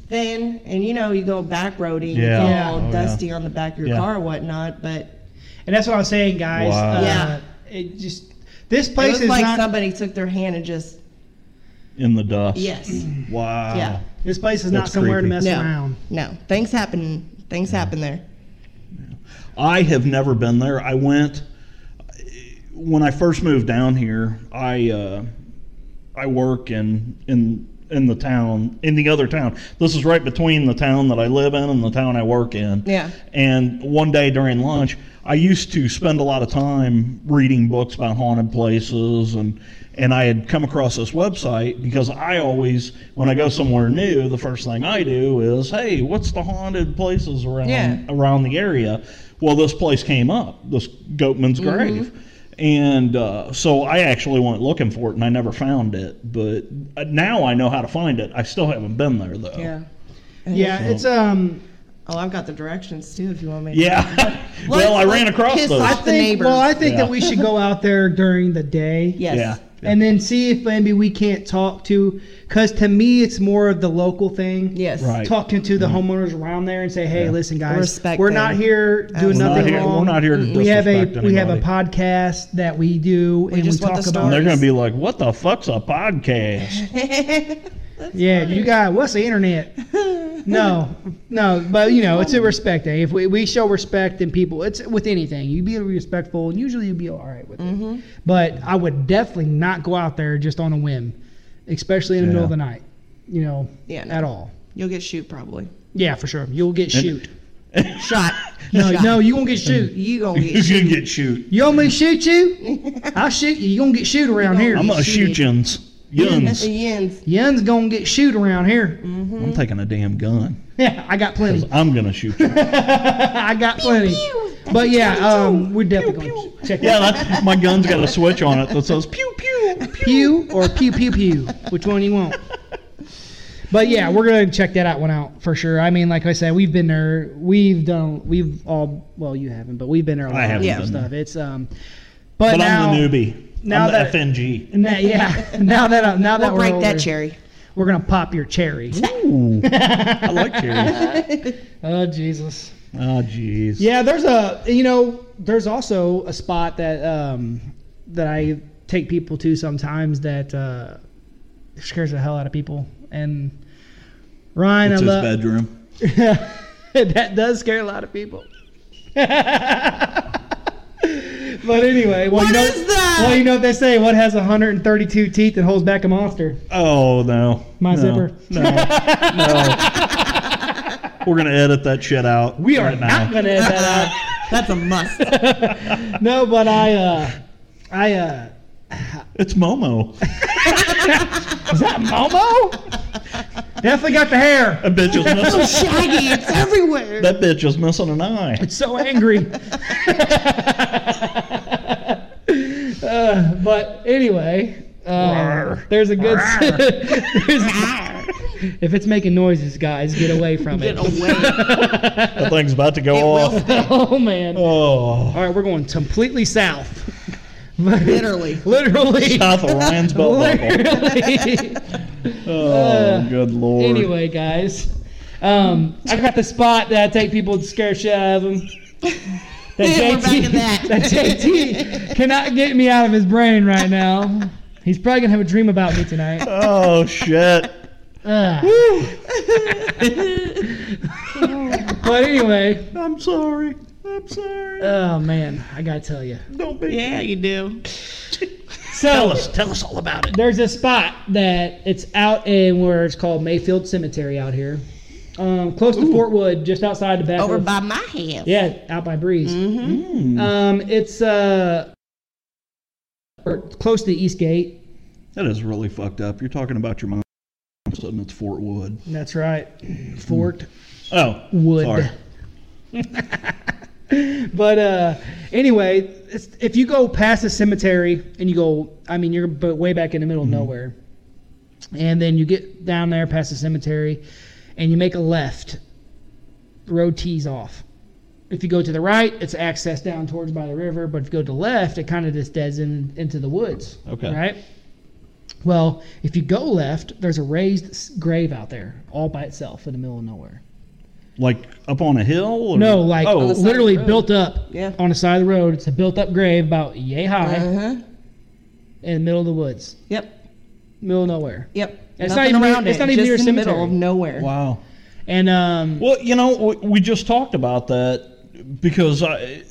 [SPEAKER 1] thin, and you know you go back roading,
[SPEAKER 2] Yeah.
[SPEAKER 1] it's
[SPEAKER 3] Yeah.
[SPEAKER 1] all
[SPEAKER 2] Oh, yeah.
[SPEAKER 1] dusty on the back of your
[SPEAKER 2] Yeah.
[SPEAKER 1] car or whatnot, but
[SPEAKER 3] And that's what I'm saying, guys.
[SPEAKER 2] Wow.
[SPEAKER 3] Uh,
[SPEAKER 1] Yeah.
[SPEAKER 3] It just this
[SPEAKER 1] It
[SPEAKER 3] place
[SPEAKER 1] was
[SPEAKER 3] is
[SPEAKER 1] like
[SPEAKER 3] not
[SPEAKER 1] somebody took their hand and just Mm.
[SPEAKER 2] in the dust
[SPEAKER 1] yes.
[SPEAKER 3] Mm.
[SPEAKER 2] wow
[SPEAKER 1] Yeah.
[SPEAKER 3] this place is not
[SPEAKER 2] That's
[SPEAKER 3] somewhere
[SPEAKER 2] creepy.
[SPEAKER 3] to mess
[SPEAKER 1] No.
[SPEAKER 3] around.
[SPEAKER 1] No. Things happen. Things happen there.
[SPEAKER 2] I have never been there. I went when I first moved down here. I uh, I work in in in the town, in the other town. This is right between the town that I live in and the town I work in.
[SPEAKER 1] Yeah.
[SPEAKER 2] And one day during lunch, I used to spend a lot of time reading books about haunted places, and and I had come across this website because I always, when I go somewhere new, the first thing I do is, hey, what's the haunted places around
[SPEAKER 1] Yeah.
[SPEAKER 2] around the area? Well, this place came up, this Goatman's
[SPEAKER 3] Mm-hmm.
[SPEAKER 2] Grave. And uh, so I actually went looking for it, and I never found it. But uh, now I know how to find it. I still haven't been there though.
[SPEAKER 1] Yeah.
[SPEAKER 3] Yeah, it's um.
[SPEAKER 1] Oh, I've got the directions too. If you want me. to-
[SPEAKER 2] Yeah. well, I ran
[SPEAKER 1] Let's
[SPEAKER 2] across
[SPEAKER 1] kiss
[SPEAKER 2] those.
[SPEAKER 1] I
[SPEAKER 3] I
[SPEAKER 1] Off the
[SPEAKER 3] think.
[SPEAKER 1] neighbors.
[SPEAKER 3] Well, I think
[SPEAKER 2] Yeah.
[SPEAKER 3] that we should go out there during the day.
[SPEAKER 1] Yes.
[SPEAKER 2] Yeah.
[SPEAKER 3] And then see if maybe we can't talk to, because to me it's more of the local thing.
[SPEAKER 1] Yes.
[SPEAKER 2] Right. Mm-hmm.
[SPEAKER 3] Talking to the homeowners around there and say, hey,
[SPEAKER 2] Yeah.
[SPEAKER 3] listen, guys,
[SPEAKER 1] Respect
[SPEAKER 3] we're
[SPEAKER 1] them.
[SPEAKER 3] not here
[SPEAKER 1] Absolutely.
[SPEAKER 3] doing
[SPEAKER 2] We're not
[SPEAKER 3] nothing
[SPEAKER 2] here.
[SPEAKER 3] wrong.
[SPEAKER 2] We're not here to
[SPEAKER 3] we have
[SPEAKER 2] disrespect
[SPEAKER 3] a
[SPEAKER 2] anybody.
[SPEAKER 3] we have a podcast that we do and we
[SPEAKER 1] just want
[SPEAKER 3] talk
[SPEAKER 1] the
[SPEAKER 3] about
[SPEAKER 2] And they're gonna be like, "What the fuck's a podcast?"
[SPEAKER 3] yeah you got what's the internet no no but you know it's a respect thing if we, we show respect in people it's with anything you be respectful and usually you'll be all right with it but i would definitely not go out there just on a whim especially in the middle of
[SPEAKER 2] Yeah.
[SPEAKER 3] the night you know
[SPEAKER 1] Yeah, no.
[SPEAKER 3] at all
[SPEAKER 1] You'll get shoot probably.
[SPEAKER 3] yeah for sure you'll get
[SPEAKER 2] And-
[SPEAKER 3] shoot
[SPEAKER 1] Shot.
[SPEAKER 3] no
[SPEAKER 1] Shot.
[SPEAKER 3] no you won't get shoot
[SPEAKER 1] You gonna
[SPEAKER 2] You
[SPEAKER 1] get
[SPEAKER 2] can get shoot.
[SPEAKER 3] you want me to shoot you i'll shoot you you're gonna get shoot around here
[SPEAKER 2] I'm gonna shoot yuns. Yuns.
[SPEAKER 1] yins.
[SPEAKER 3] Yun's gonna get shoot around here.
[SPEAKER 2] I'm taking a damn gun.
[SPEAKER 3] Yeah, I got plenty.
[SPEAKER 2] I'm gonna shoot you.
[SPEAKER 3] I got plenty. But yeah, um, we're definitely going to check
[SPEAKER 2] Yeah,
[SPEAKER 3] out
[SPEAKER 2] that's, my gun's got a switch on it that says pew pew pew.
[SPEAKER 3] pew or pew pew pew. Which one you want? But yeah, we're gonna check that out one out for sure. I mean, like I said, we've been there. We've done. We've all. Well, you haven't, but we've been there. A lot
[SPEAKER 2] I haven't
[SPEAKER 3] of
[SPEAKER 2] been
[SPEAKER 3] stuff. It's um. But,
[SPEAKER 2] But
[SPEAKER 3] now,
[SPEAKER 2] I'm the newbie.
[SPEAKER 3] now
[SPEAKER 2] I'm
[SPEAKER 3] that-
[SPEAKER 2] the FNG.
[SPEAKER 3] Now, yeah. Now that I- now that
[SPEAKER 1] We'll
[SPEAKER 3] we're
[SPEAKER 1] break
[SPEAKER 3] over,
[SPEAKER 1] that cherry.
[SPEAKER 3] We're gonna pop your cherry.
[SPEAKER 2] Ooh, I like cherries.
[SPEAKER 3] oh Jesus.
[SPEAKER 2] Oh, jeez.
[SPEAKER 3] Yeah, there's a you know there's also a spot that um, that I take people to sometimes that uh, scares the hell out of people. And Ryan,
[SPEAKER 2] It's
[SPEAKER 3] I
[SPEAKER 2] his
[SPEAKER 3] love
[SPEAKER 2] bedroom.
[SPEAKER 3] that does scare a lot of people. but anyway, well,
[SPEAKER 1] What
[SPEAKER 3] you know,
[SPEAKER 1] is that?
[SPEAKER 3] Well, you know what they say: what has 132 teeth and holds back a monster?
[SPEAKER 2] Oh no.
[SPEAKER 3] My
[SPEAKER 2] no,
[SPEAKER 3] zipper.
[SPEAKER 2] No. no. We're gonna edit that shit out.
[SPEAKER 3] We are
[SPEAKER 2] right
[SPEAKER 3] not
[SPEAKER 2] now.
[SPEAKER 3] gonna end that out.
[SPEAKER 1] That's a must.
[SPEAKER 3] No, but I, uh, I. Uh,
[SPEAKER 2] It's Momo.
[SPEAKER 3] Is that Momo? Definitely got the hair.
[SPEAKER 2] That bitch was missing.
[SPEAKER 1] Shaggy, it's everywhere.
[SPEAKER 2] that bitch was missing an eye.
[SPEAKER 3] Oh, It's so angry. Uh, but anyway, uh,
[SPEAKER 2] Rawr.
[SPEAKER 3] there's a good. there's- if it's making noises, guys, get away from it.
[SPEAKER 1] Get away.
[SPEAKER 2] That thing's about to go
[SPEAKER 1] will
[SPEAKER 2] off.
[SPEAKER 3] oh man! All
[SPEAKER 2] Oh.
[SPEAKER 3] right, we're going completely south.
[SPEAKER 1] Literally.
[SPEAKER 3] Literally.
[SPEAKER 2] South of Ryan's belt buckle.
[SPEAKER 3] Literally.
[SPEAKER 2] Oh, good lord.
[SPEAKER 3] Anyway, guys, um, I got the spot that I take people to scare shit out of them. That
[SPEAKER 1] We're back to that.
[SPEAKER 3] JT cannot get me out of his brain right now. He's probably gonna have a dream about me tonight.
[SPEAKER 2] Oh shit.
[SPEAKER 3] Ugh. but anyway,
[SPEAKER 2] I'm sorry. I'm sorry.
[SPEAKER 3] oh man, I gotta tell you.
[SPEAKER 2] Don't be.
[SPEAKER 1] yeah, you do.
[SPEAKER 3] So
[SPEAKER 2] Tell us all about it.
[SPEAKER 3] there's a spot that it's out in where it's called Mayfield Cemetery out here, um, close to Fort Wood, just outside the back.
[SPEAKER 1] Over
[SPEAKER 3] of,
[SPEAKER 1] by my house. Mm-hmm.
[SPEAKER 3] yeah, out by Breeze. Um, it's uh, or close to Eastgate.
[SPEAKER 2] That is really fucked up. You're talking about your mom. All of a sudden, it's Fort Wood.
[SPEAKER 3] That's right,
[SPEAKER 1] Mm.
[SPEAKER 3] Fort
[SPEAKER 2] Oh,
[SPEAKER 3] Wood.
[SPEAKER 2] Sorry.
[SPEAKER 3] But uh, anyway, it's, if you go past the cemetery and you go, I mean, you're but way back in the middle of
[SPEAKER 2] Mm-hmm.
[SPEAKER 3] nowhere, and then you get down there past the cemetery, and you make a left. The road tees off. If you go to the right, it's access down towards by the river. But if you go to the left, it kind of just deads in, into the woods.
[SPEAKER 2] Okay.
[SPEAKER 3] Right. Well, if you go left, there's a raised s- grave out there, all by itself in the middle of nowhere.
[SPEAKER 2] Like up on a hill? Or?
[SPEAKER 3] No, like
[SPEAKER 2] Oh.
[SPEAKER 1] On the side of
[SPEAKER 3] literally
[SPEAKER 1] the road.
[SPEAKER 3] built up
[SPEAKER 1] Yeah.
[SPEAKER 3] on the side of the road. It's a built up grave about yay high
[SPEAKER 2] Uh-huh.
[SPEAKER 1] Uh huh.
[SPEAKER 3] in the middle of the woods,
[SPEAKER 1] Yep.
[SPEAKER 3] middle of nowhere.
[SPEAKER 1] Yep.
[SPEAKER 3] It's
[SPEAKER 1] Nothing
[SPEAKER 3] not even-
[SPEAKER 1] around
[SPEAKER 3] it's
[SPEAKER 1] it,
[SPEAKER 3] not even
[SPEAKER 1] just
[SPEAKER 3] near a
[SPEAKER 1] in the middle
[SPEAKER 3] cemetery.
[SPEAKER 1] of nowhere.
[SPEAKER 2] Wow.
[SPEAKER 3] And um,
[SPEAKER 2] Well, you know, we, we just talked about that because I, I,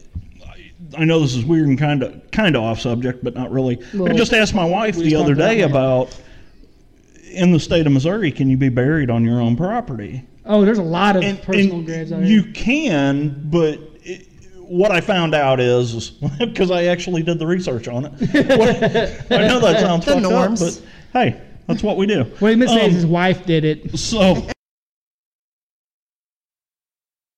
[SPEAKER 2] I know this is weird and kind of kind of off subject, but not really. I
[SPEAKER 3] Well,
[SPEAKER 2] just asked my wife
[SPEAKER 3] just
[SPEAKER 2] the other
[SPEAKER 3] talked about
[SPEAKER 2] day
[SPEAKER 3] that.
[SPEAKER 2] about in the state of Missouri, can you be buried on your own property?
[SPEAKER 3] Oh, there's a lot of
[SPEAKER 2] And-
[SPEAKER 3] personal
[SPEAKER 2] and
[SPEAKER 3] graves out
[SPEAKER 2] You
[SPEAKER 3] here.
[SPEAKER 2] can, but it, what I found out is because I actually did the research on it. What- I know that sounds
[SPEAKER 1] The
[SPEAKER 2] fucked up,
[SPEAKER 1] norms.
[SPEAKER 2] but hey, that's what we do.
[SPEAKER 3] What he meant to say is
[SPEAKER 2] Um,
[SPEAKER 3] his wife did it.
[SPEAKER 2] So,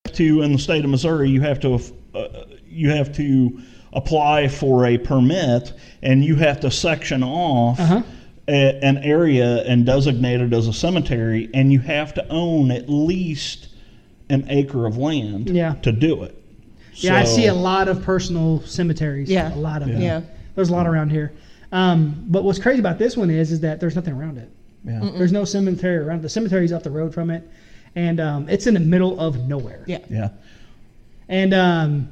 [SPEAKER 2] to in the state of Missouri, you have to uh, you have to apply for a permit, and you have to section off
[SPEAKER 3] Uh-huh.
[SPEAKER 2] a, an area and designate it as a cemetery, and you have to own at least an acre of land
[SPEAKER 3] Yeah.
[SPEAKER 2] to do it.
[SPEAKER 3] Yeah, I see a
[SPEAKER 2] So-
[SPEAKER 3] lot of personal cemeteries.
[SPEAKER 1] Yeah.
[SPEAKER 3] a lot of
[SPEAKER 2] Yeah.
[SPEAKER 3] them.
[SPEAKER 1] Yeah.
[SPEAKER 3] There's a lot around here. Um, but what's crazy about this one is is that there's nothing around it.
[SPEAKER 2] Yeah.
[SPEAKER 3] There's no cemetery around. The cemetery's up the road from it, and um, it's in the middle of nowhere.
[SPEAKER 1] Yeah.
[SPEAKER 2] Yeah.
[SPEAKER 3] And um,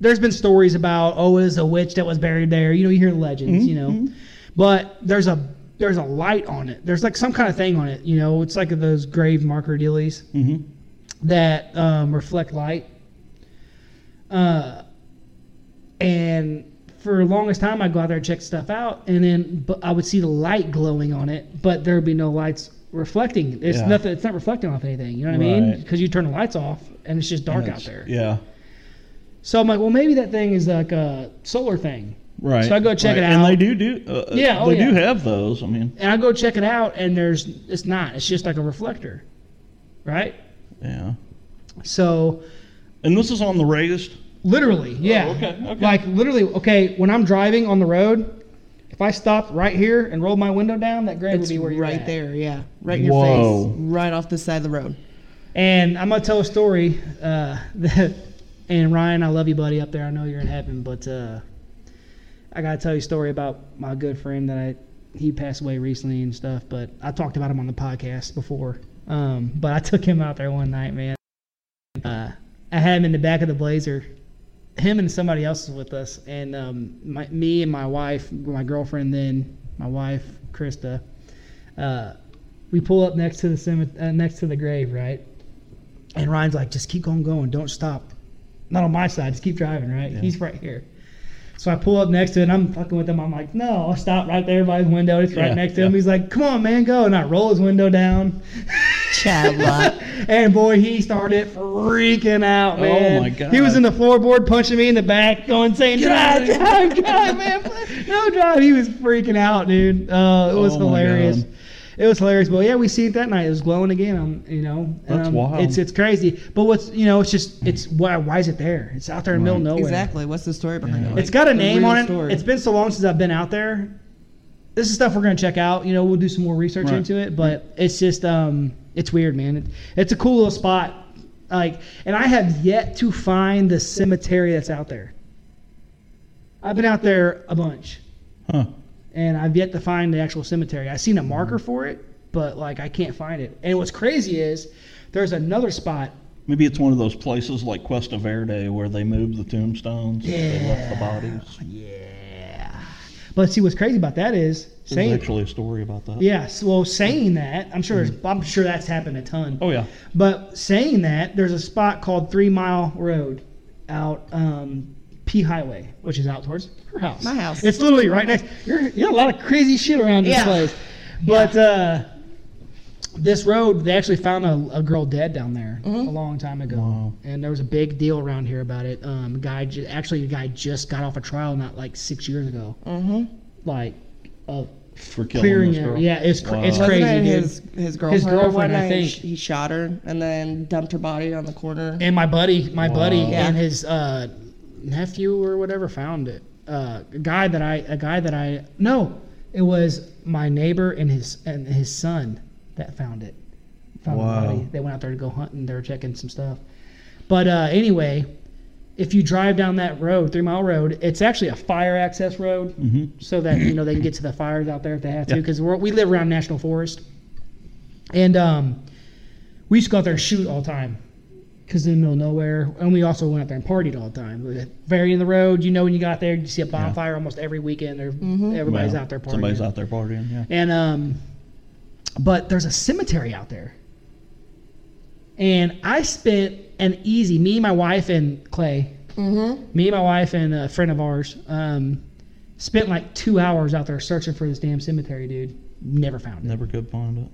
[SPEAKER 3] there's been stories about oh, it was a witch that was buried there. You know, you hear legends.
[SPEAKER 2] Mm-hmm,
[SPEAKER 3] You know, but there's a there's a light on it. There's like some kind of thing on it. You know, it's like those grave marker dealies
[SPEAKER 2] Mhm.
[SPEAKER 3] that um, reflect light. Uh, and for the longest time, I'd go out there and check stuff out, and then but I would see the light glowing on it, but there would be no lights reflecting. It's
[SPEAKER 2] Yeah.
[SPEAKER 3] nothing. It's not reflecting off anything. You know what I mean?
[SPEAKER 2] Right.
[SPEAKER 3] Because you turn the lights off, and it's just dark out
[SPEAKER 2] That's-
[SPEAKER 3] there.
[SPEAKER 2] Yeah.
[SPEAKER 3] So I'm like, well, maybe that thing is like a solar thing.
[SPEAKER 2] Right.
[SPEAKER 3] So I go check
[SPEAKER 2] right.
[SPEAKER 3] it
[SPEAKER 2] And
[SPEAKER 3] out.
[SPEAKER 2] they do do. Uh,
[SPEAKER 3] Yeah, oh,
[SPEAKER 2] they do
[SPEAKER 3] yeah.
[SPEAKER 2] have those. I mean,
[SPEAKER 3] And I go check it out, and there's it's not. It's just like a reflector, right?
[SPEAKER 2] yeah.
[SPEAKER 3] So
[SPEAKER 2] And this is on the raised.
[SPEAKER 3] literally, yeah.
[SPEAKER 2] okay, okay.
[SPEAKER 3] Like literally, okay. When I'm driving on the road, if I stopped right here and rolled my window down, that grave would
[SPEAKER 1] It's
[SPEAKER 3] be where you're
[SPEAKER 1] right
[SPEAKER 3] at.
[SPEAKER 1] there, yeah. Right in your
[SPEAKER 2] Whoa.
[SPEAKER 1] face. Right off the side of the road.
[SPEAKER 3] And I'm gonna tell a story. Uh, that, and Ryan, I love you, buddy, up there. I know you're in heaven, but uh, I gotta tell you a story about my good friend that I he passed away recently and stuff. But I talked about him on the podcast before. Um, but I took him out there one night, man. Uh, I had him in the back of the Blazer. Him and somebody else was with us, and um, my, me and my wife, my girlfriend then, my wife Krista. Uh, we pull up next to the cemet- uh, next to the grave, right? And Ryan's like, just keep on going, don't stop. Not on my side, just keep driving, right? He's right here. So I pull up next to it and I'm fucking with him. I'm like, no, I'll stop right there by his window. It's right
[SPEAKER 2] Yeah,
[SPEAKER 3] next to
[SPEAKER 2] yeah.
[SPEAKER 3] him. He's like, come on, man, go. And I roll his window down.
[SPEAKER 1] Chad lot.
[SPEAKER 3] And boy, he started freaking out, man.
[SPEAKER 2] Oh my God.
[SPEAKER 3] He was in the floorboard punching me in the back, going saying, "Drive, drive, drive, man! please, No drive!" He was freaking out, dude. Uh, it was
[SPEAKER 2] Oh, my
[SPEAKER 3] hilarious.
[SPEAKER 2] God.
[SPEAKER 3] It was hilarious. But yeah, we see it that night. It was glowing again. Um, you know, and,
[SPEAKER 2] That's
[SPEAKER 3] um,
[SPEAKER 2] wild.
[SPEAKER 3] It's it's crazy. But what's you know, it's just it's why why is it there? It's out there in the middle of nowhere.
[SPEAKER 1] Exactly. What's the story behind it?
[SPEAKER 3] It's got a
[SPEAKER 1] the
[SPEAKER 3] name
[SPEAKER 1] real
[SPEAKER 3] on it.
[SPEAKER 1] story.
[SPEAKER 3] It's been so long since I've been out there. This is stuff we're gonna check out. You know, we'll do some more research
[SPEAKER 2] Right.
[SPEAKER 3] into it, but it's just um, it's weird, man. It, it's a cool little spot. Like, and I have yet to find the cemetery that's out there. I've been out there a bunch,
[SPEAKER 2] Huh.
[SPEAKER 3] and I've yet to find the actual cemetery. I've seen a
[SPEAKER 1] Mm-hmm.
[SPEAKER 3] marker for it, but like I can't find it. And what's crazy is there's another spot
[SPEAKER 2] Maybe it's one of those places like Cuesta Verde where they moved the tombstones. They left the bodies.
[SPEAKER 3] Yeah. But see, what's crazy about that is
[SPEAKER 2] There's
[SPEAKER 3] saying.
[SPEAKER 2] actually a story about that.
[SPEAKER 3] Yes. Well, saying that, I'm sure. There's, I'm sure that's happened a ton.
[SPEAKER 2] Mm-hmm. Oh yeah.
[SPEAKER 3] But saying that, there's a spot called Three Mile Road out um, P Highway, which is out towards her house.
[SPEAKER 1] My house.
[SPEAKER 3] It's literally right next. You're, you got a lot of crazy shit around this
[SPEAKER 1] Yeah.
[SPEAKER 3] place. But uh, this road, they actually found a, a girl dead down there
[SPEAKER 1] Mm-hmm.
[SPEAKER 3] a long time ago,
[SPEAKER 2] Wow.
[SPEAKER 3] and there was a big deal around here about it. Um, guy, ju- actually, the guy just got off a trial not like six years ago.
[SPEAKER 1] Mm-hmm.
[SPEAKER 3] Like, of
[SPEAKER 2] For killing
[SPEAKER 3] clearing
[SPEAKER 2] this
[SPEAKER 3] it.
[SPEAKER 2] girl.
[SPEAKER 3] Yeah, it's cr-
[SPEAKER 2] Wow.
[SPEAKER 3] it's
[SPEAKER 2] Wasn't
[SPEAKER 3] crazy, dude.
[SPEAKER 1] His, his girlfriend. or
[SPEAKER 3] girlfriend,
[SPEAKER 1] whatnot,
[SPEAKER 3] I
[SPEAKER 1] and
[SPEAKER 3] think.
[SPEAKER 1] sh- He shot her and then dumped her body on the corner.
[SPEAKER 3] And my buddy, my buddy,
[SPEAKER 2] Wow.
[SPEAKER 1] Yeah.
[SPEAKER 3] and his uh, nephew or whatever found it. Uh, a guy that I, a guy that I, no, it was my neighbor and his and his son that found it. Found
[SPEAKER 2] Wow.
[SPEAKER 3] the body. They went out there to go hunting. They were checking some stuff. But uh, anyway, if you drive down that road, Three Mile Road, it's actually a fire access road, so that you know they can get to the fires out there if they have to,
[SPEAKER 2] Mm-hmm. Yeah.
[SPEAKER 3] because we live around national forest, and um, we used to go out there and shoot all the time, because in the middle of nowhere, and we also went out there and partied all the time. We were burying the road, you know, when you got there, you see a bonfire almost every weekend. Or everybody's
[SPEAKER 2] Wow.
[SPEAKER 3] out there partying.
[SPEAKER 2] Somebody's out there partying. Yeah.
[SPEAKER 3] And um, but there's a cemetery out there. And I spent an easy me, my wife, and Clay. Mm-hmm. Me, my wife, and a friend of ours um, spent like two hours out there searching for this damn cemetery, dude. Never found it.
[SPEAKER 2] Never could find it.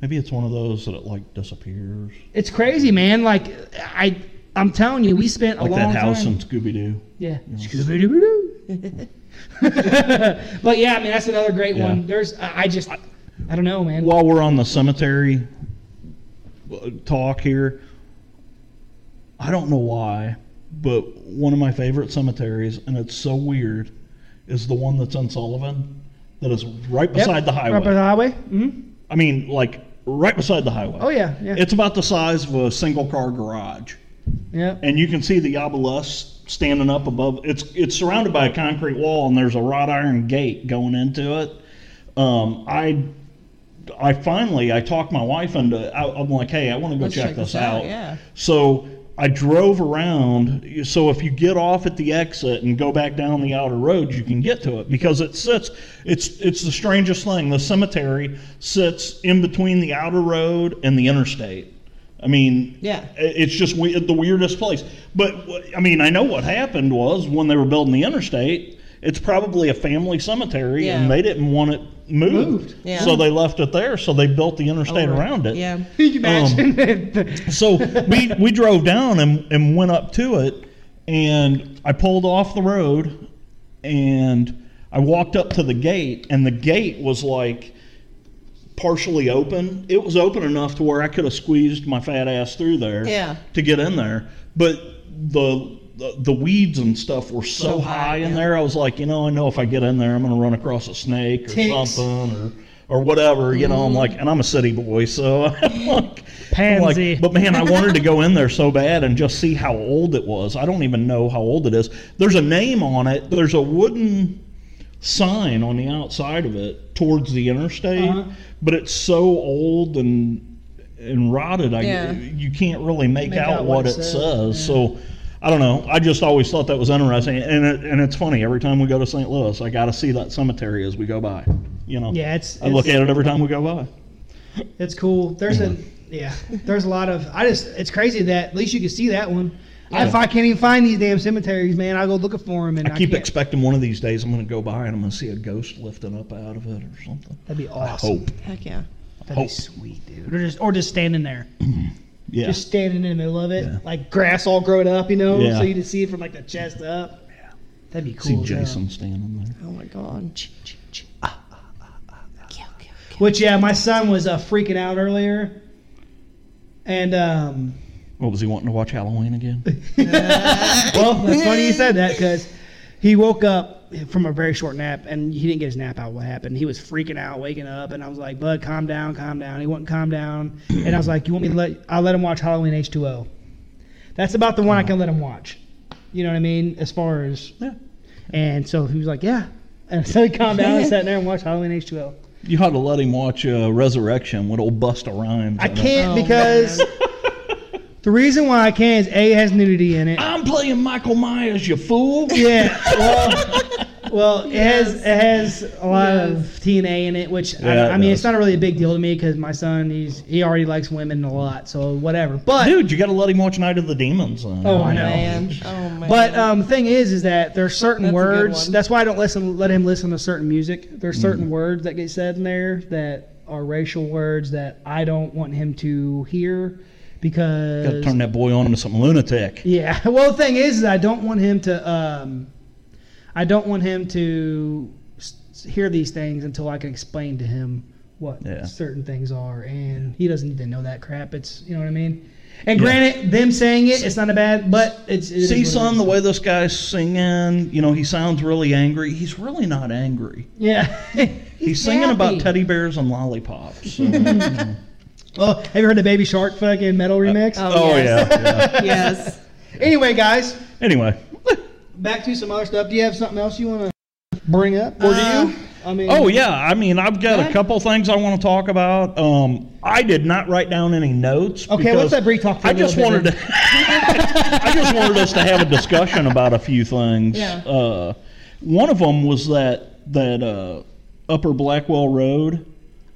[SPEAKER 2] Maybe it's one of those that it like disappears,
[SPEAKER 3] It's crazy, man. Like I, I'm telling you, we spent
[SPEAKER 2] like
[SPEAKER 3] a long
[SPEAKER 2] that house
[SPEAKER 3] time.
[SPEAKER 2] in Scooby Doo.
[SPEAKER 3] Yeah. Scooby-Doo. but yeah, I mean that's another great
[SPEAKER 2] Yeah.
[SPEAKER 3] one. There's I I just I don't know, man.
[SPEAKER 2] While we're on the cemetery uh, talk here, I don't know why, but one of my favorite cemeteries, and it's so weird, is the one that's in Sullivan, that is right
[SPEAKER 3] Yep.
[SPEAKER 2] beside the highway.
[SPEAKER 3] Right by the highway. hmm
[SPEAKER 2] I mean, like right beside the highway.
[SPEAKER 3] Oh yeah, yeah,
[SPEAKER 2] It's about the size of a single car garage.
[SPEAKER 3] yeah.
[SPEAKER 2] and you can see the obelisk standing up above. It's it's surrounded by a concrete wall, and there's a wrought iron gate going into it. Um, I I finally I talked my wife into. I, I'm like, hey, I want to go
[SPEAKER 1] Let's
[SPEAKER 2] check,
[SPEAKER 1] check
[SPEAKER 2] this,
[SPEAKER 1] this out,
[SPEAKER 2] out.
[SPEAKER 1] yeah.
[SPEAKER 2] So I drove around. So if you get off at the exit and go back down the outer road, you can get to it because it sits. It's it's the strangest thing. The cemetery sits in between the outer road and the interstate. I mean,
[SPEAKER 1] Yeah.
[SPEAKER 2] i- it's just we, the weirdest place. But wh- I mean, I know what happened was when they were building the interstate. It's probably a family cemetery,
[SPEAKER 1] Yeah.
[SPEAKER 2] and they didn't want it moved,
[SPEAKER 3] Moved.
[SPEAKER 1] Yeah.
[SPEAKER 2] so they left it there. So they built the interstate
[SPEAKER 1] Over-
[SPEAKER 2] around it.
[SPEAKER 1] Yeah.
[SPEAKER 3] Can you
[SPEAKER 2] Um,
[SPEAKER 3] imagine?
[SPEAKER 2] So we we drove down and, and went up to it, and I pulled off the road, and I walked up to the gate, and the gate was like partially open. It was open enough to where I could have squeezed my fat ass through there
[SPEAKER 1] Yeah.
[SPEAKER 2] to get in there, but the the, the weeds and stuff were so,
[SPEAKER 1] So high,
[SPEAKER 2] high, in
[SPEAKER 1] yeah.
[SPEAKER 2] there. I was like, you know, I know if I get in there, I'm gonna run across a snake or
[SPEAKER 3] Ticks.
[SPEAKER 2] something or. Or whatever, you
[SPEAKER 1] Mm-hmm.
[SPEAKER 2] know. I'm like, and I'm a city boy, so I'm like, I'm like,
[SPEAKER 3] Pansy.
[SPEAKER 2] but man, I wanted to go in there so bad and just see how old it was. I don't even know how old it is. There's a name on it. There's a wooden sign on the outside of it towards the interstate,
[SPEAKER 3] Uh-huh.
[SPEAKER 2] but it's so old and and rotted. I
[SPEAKER 1] Yeah.
[SPEAKER 2] you can't really make,
[SPEAKER 3] Make
[SPEAKER 2] out, what, it says.
[SPEAKER 3] yeah.
[SPEAKER 2] So I don't know. I just always thought that was interesting, and it, and it's funny. Every time we go to St. Louis, I got to see that cemetery as we go by. You know.
[SPEAKER 3] Yeah, it's-
[SPEAKER 2] I look
[SPEAKER 3] it's-
[SPEAKER 2] at it every time we go by.
[SPEAKER 3] It's cool. There's a yeah. There's a lot of I just it's crazy that at least you can see that one. I If I can't even find these damn cemeteries, man, I go looking for them and
[SPEAKER 2] I
[SPEAKER 3] I,
[SPEAKER 2] keep
[SPEAKER 3] can't.
[SPEAKER 2] expecting one of these days I'm going to go by and I'm going to see a ghost lifting up out of it or something.
[SPEAKER 3] That'd be
[SPEAKER 2] I
[SPEAKER 3] awesome.
[SPEAKER 2] hope.
[SPEAKER 1] Heck yeah.
[SPEAKER 3] That'd be
[SPEAKER 2] hope.
[SPEAKER 3] sweet, dude. Or just or just standing there,
[SPEAKER 2] Yeah.
[SPEAKER 3] just standing in the middle of it,
[SPEAKER 2] Yeah.
[SPEAKER 3] like grass all grown up, you know,
[SPEAKER 2] Yeah.
[SPEAKER 3] so you can see it from like the chest up. Yeah, that'd be
[SPEAKER 2] see
[SPEAKER 3] cool. as hell.
[SPEAKER 2] Jason standing there.
[SPEAKER 1] Oh my god.
[SPEAKER 3] Which yeah, my son was uh, freaking out earlier, and um,
[SPEAKER 2] What was he wanting to watch Halloween again?
[SPEAKER 3] well, that's funny you said that because he woke up from a very short nap and he didn't get his nap out. What happened? He was freaking out, waking up, and I was like, "Bud, calm down, calm down." He wouldn't calm down, and I was like, "You want me to let? I let him watch Halloween H two O. That's about the one I
[SPEAKER 2] Uh-huh.
[SPEAKER 3] can let him watch. You know what I mean? As far as
[SPEAKER 2] yeah.
[SPEAKER 3] and so he was like, "Yeah," and so he calmed down and sat there and watched Halloween H two O.
[SPEAKER 2] You ought to let him watch uh, Resurrection with old Busta Rhymes.
[SPEAKER 3] I
[SPEAKER 2] in it.
[SPEAKER 3] can't
[SPEAKER 1] Oh,
[SPEAKER 3] because the reason why I can't is a it has nudity in it.
[SPEAKER 2] I'm playing Michael Myers, you fool.
[SPEAKER 3] Yeah. Well, well it has it has a lot of
[SPEAKER 1] Yes.
[SPEAKER 3] TNA in it, which
[SPEAKER 2] Yeah, it
[SPEAKER 3] I, I mean,
[SPEAKER 2] does.
[SPEAKER 3] it's not really a big deal to me because my son he's he already likes women a lot, so whatever. But
[SPEAKER 2] Dude, you got to let him watch Night of the Demons. uh, then.
[SPEAKER 3] Oh, I know.
[SPEAKER 1] Man. Oh man.
[SPEAKER 3] but um, the thing is, is that there's certain
[SPEAKER 1] That's a good
[SPEAKER 3] words.
[SPEAKER 1] one.
[SPEAKER 3] That's why I don't listen. Let him listen to certain music. There's
[SPEAKER 2] Mm-hmm.
[SPEAKER 3] certain words that get said in there that are racial words that I don't want him to hear
[SPEAKER 2] Got to
[SPEAKER 3] because
[SPEAKER 2] turn that boy on to some lunatic.
[SPEAKER 3] Yeah. Well, the thing is, is I don't want him to. Um, I don't want him to s- s- hear these things until I can explain to him what
[SPEAKER 2] Yeah.
[SPEAKER 3] certain things are, and he doesn't even know that crap. It's you know what I mean. And
[SPEAKER 2] Yeah.
[SPEAKER 3] granted, them saying it, it's not a bad, but it's it is
[SPEAKER 2] See,
[SPEAKER 3] what it
[SPEAKER 2] son,
[SPEAKER 3] is.
[SPEAKER 2] the way this guy's singing, you know, he sounds really angry. He's really not angry.
[SPEAKER 3] Yeah.
[SPEAKER 2] He's, singing about
[SPEAKER 3] happy.
[SPEAKER 2] teddy bears and lollipops. so, you know.
[SPEAKER 3] well, have you heard the Baby Shark fucking metal remix?
[SPEAKER 1] oh.
[SPEAKER 2] oh,
[SPEAKER 1] yes.
[SPEAKER 2] yeah, yeah.
[SPEAKER 1] yes.
[SPEAKER 3] anyway, guys,
[SPEAKER 2] Anyway,
[SPEAKER 3] back to some other stuff. Do you have something else you want to bring up, or
[SPEAKER 1] Uh,
[SPEAKER 3] do you? I mean,
[SPEAKER 2] oh yeah, I mean, I've got a couple things I want to talk about. Um, I did not write down any notes.
[SPEAKER 3] Okay,
[SPEAKER 2] because
[SPEAKER 3] let's let Bree talk for a
[SPEAKER 2] I just
[SPEAKER 3] little bit
[SPEAKER 2] wanted to. I just wanted us to have a discussion about a few things.
[SPEAKER 1] Yeah.
[SPEAKER 2] Uh, one of them was that that uh, Upper Blackwell Road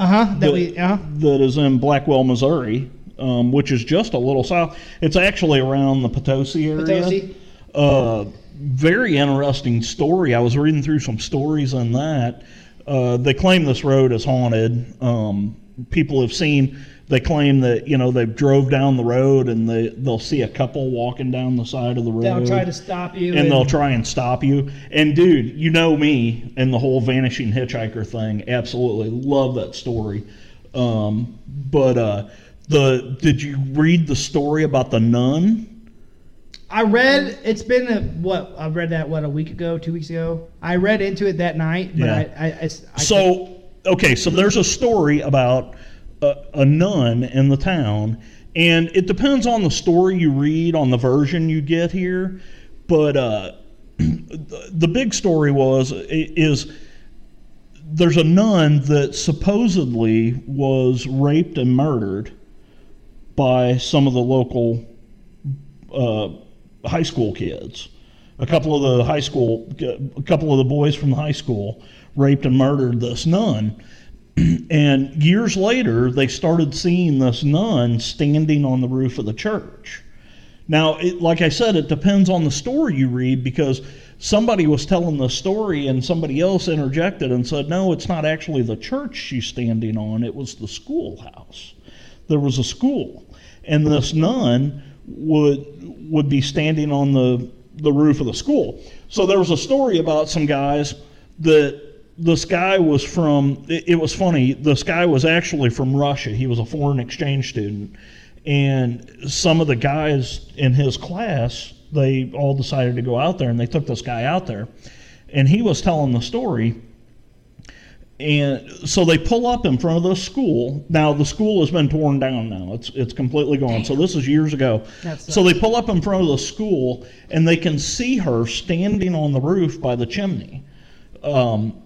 [SPEAKER 3] Uh huh. That
[SPEAKER 2] that-
[SPEAKER 3] we. Uh huh.
[SPEAKER 2] that is in Blackwell, Missouri, um, which is just a little south. It's actually around the Potosi area.
[SPEAKER 3] Potosi.
[SPEAKER 2] Uh, very interesting story. I was reading through some stories on that. Uh, they claim this road is haunted. Um, people have seen. They claim that you know they've drove down the road and they they'll see a couple walking down the side of the road.
[SPEAKER 3] They'll try to stop you.
[SPEAKER 2] Mm. and they'll try and stop you. And dude, you know me and the whole vanishing hitchhiker thing. Absolutely love that story. Um, but uh, the did you read the story about the nun?
[SPEAKER 3] I read it's been a, what I read that what a week ago, two weeks ago. I read into it that night, but
[SPEAKER 2] Yeah.
[SPEAKER 3] I, I, I s- I couldn't-
[SPEAKER 2] So okay, so there's a story about a, a nun in the town, and it depends on the story you read, on the version you get here. But uh, the, the big story was i- is there's a nun that supposedly was raped and murdered by some of the local uh, high school kids. A couple of the high school, a couple of the boys from the high school raped and murdered this nun. and years later, they started seeing this nun standing on the roof of the church. Now, it, like I said, it depends on the story you read because somebody was telling the story and somebody else interjected and said, no, it's not actually the church she's standing on, it was the schoolhouse there was a school, and this nun would would be standing on the the roof of the school. So there was a story about some guys that this guy was from. It, it was funny. This guy was actually from Russia. He was a foreign exchange student, and some of the guys in his class they all decided to go out there and they took this guy out there, and he was telling the story. And so they pull up in front of the school. Now the school has been torn down now. It's it's completely gone. So this is years ago.
[SPEAKER 3] That
[SPEAKER 2] So they pull up in front of the school and they can see her standing on the roof by the chimney. Um,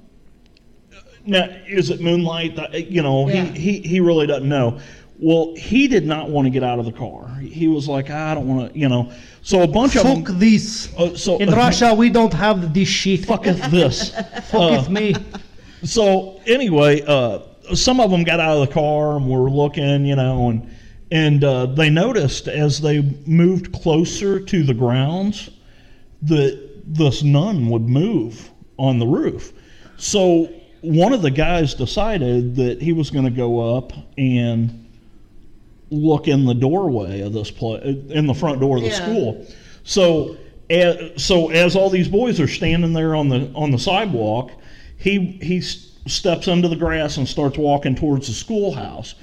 [SPEAKER 2] now is it moonlight? Uh, You know,
[SPEAKER 3] Yeah.
[SPEAKER 2] he, he he really doesn't know. Well, he did not want to get out of the car. He was like, I don't want to, you know. So a bunch of
[SPEAKER 3] fuck
[SPEAKER 2] them,
[SPEAKER 3] this.
[SPEAKER 2] uh, so
[SPEAKER 3] In Russia, we don't have this shit. Fuck,
[SPEAKER 2] fucketh this. Uh.
[SPEAKER 3] fuck me.
[SPEAKER 2] so anyway, uh, some of them got out of the car and were looking, you know, and and uh, they noticed as they moved closer to the grounds that this nun would move on the roof. So one of the guys decided that he was going to go up and look in the doorway of this place, in the front door of the
[SPEAKER 1] Yeah.
[SPEAKER 2] school. So, as, so as all these boys are standing there on the on the sidewalk, he he s- steps into the grass and starts walking towards the schoolhouse.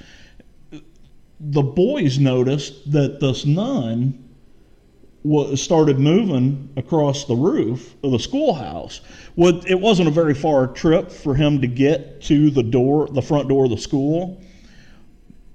[SPEAKER 2] The boys noticed that this nun wa started moving across the roof of the schoolhouse. Well, it wasn't a very far trip for him to get to the door, the front door of the school.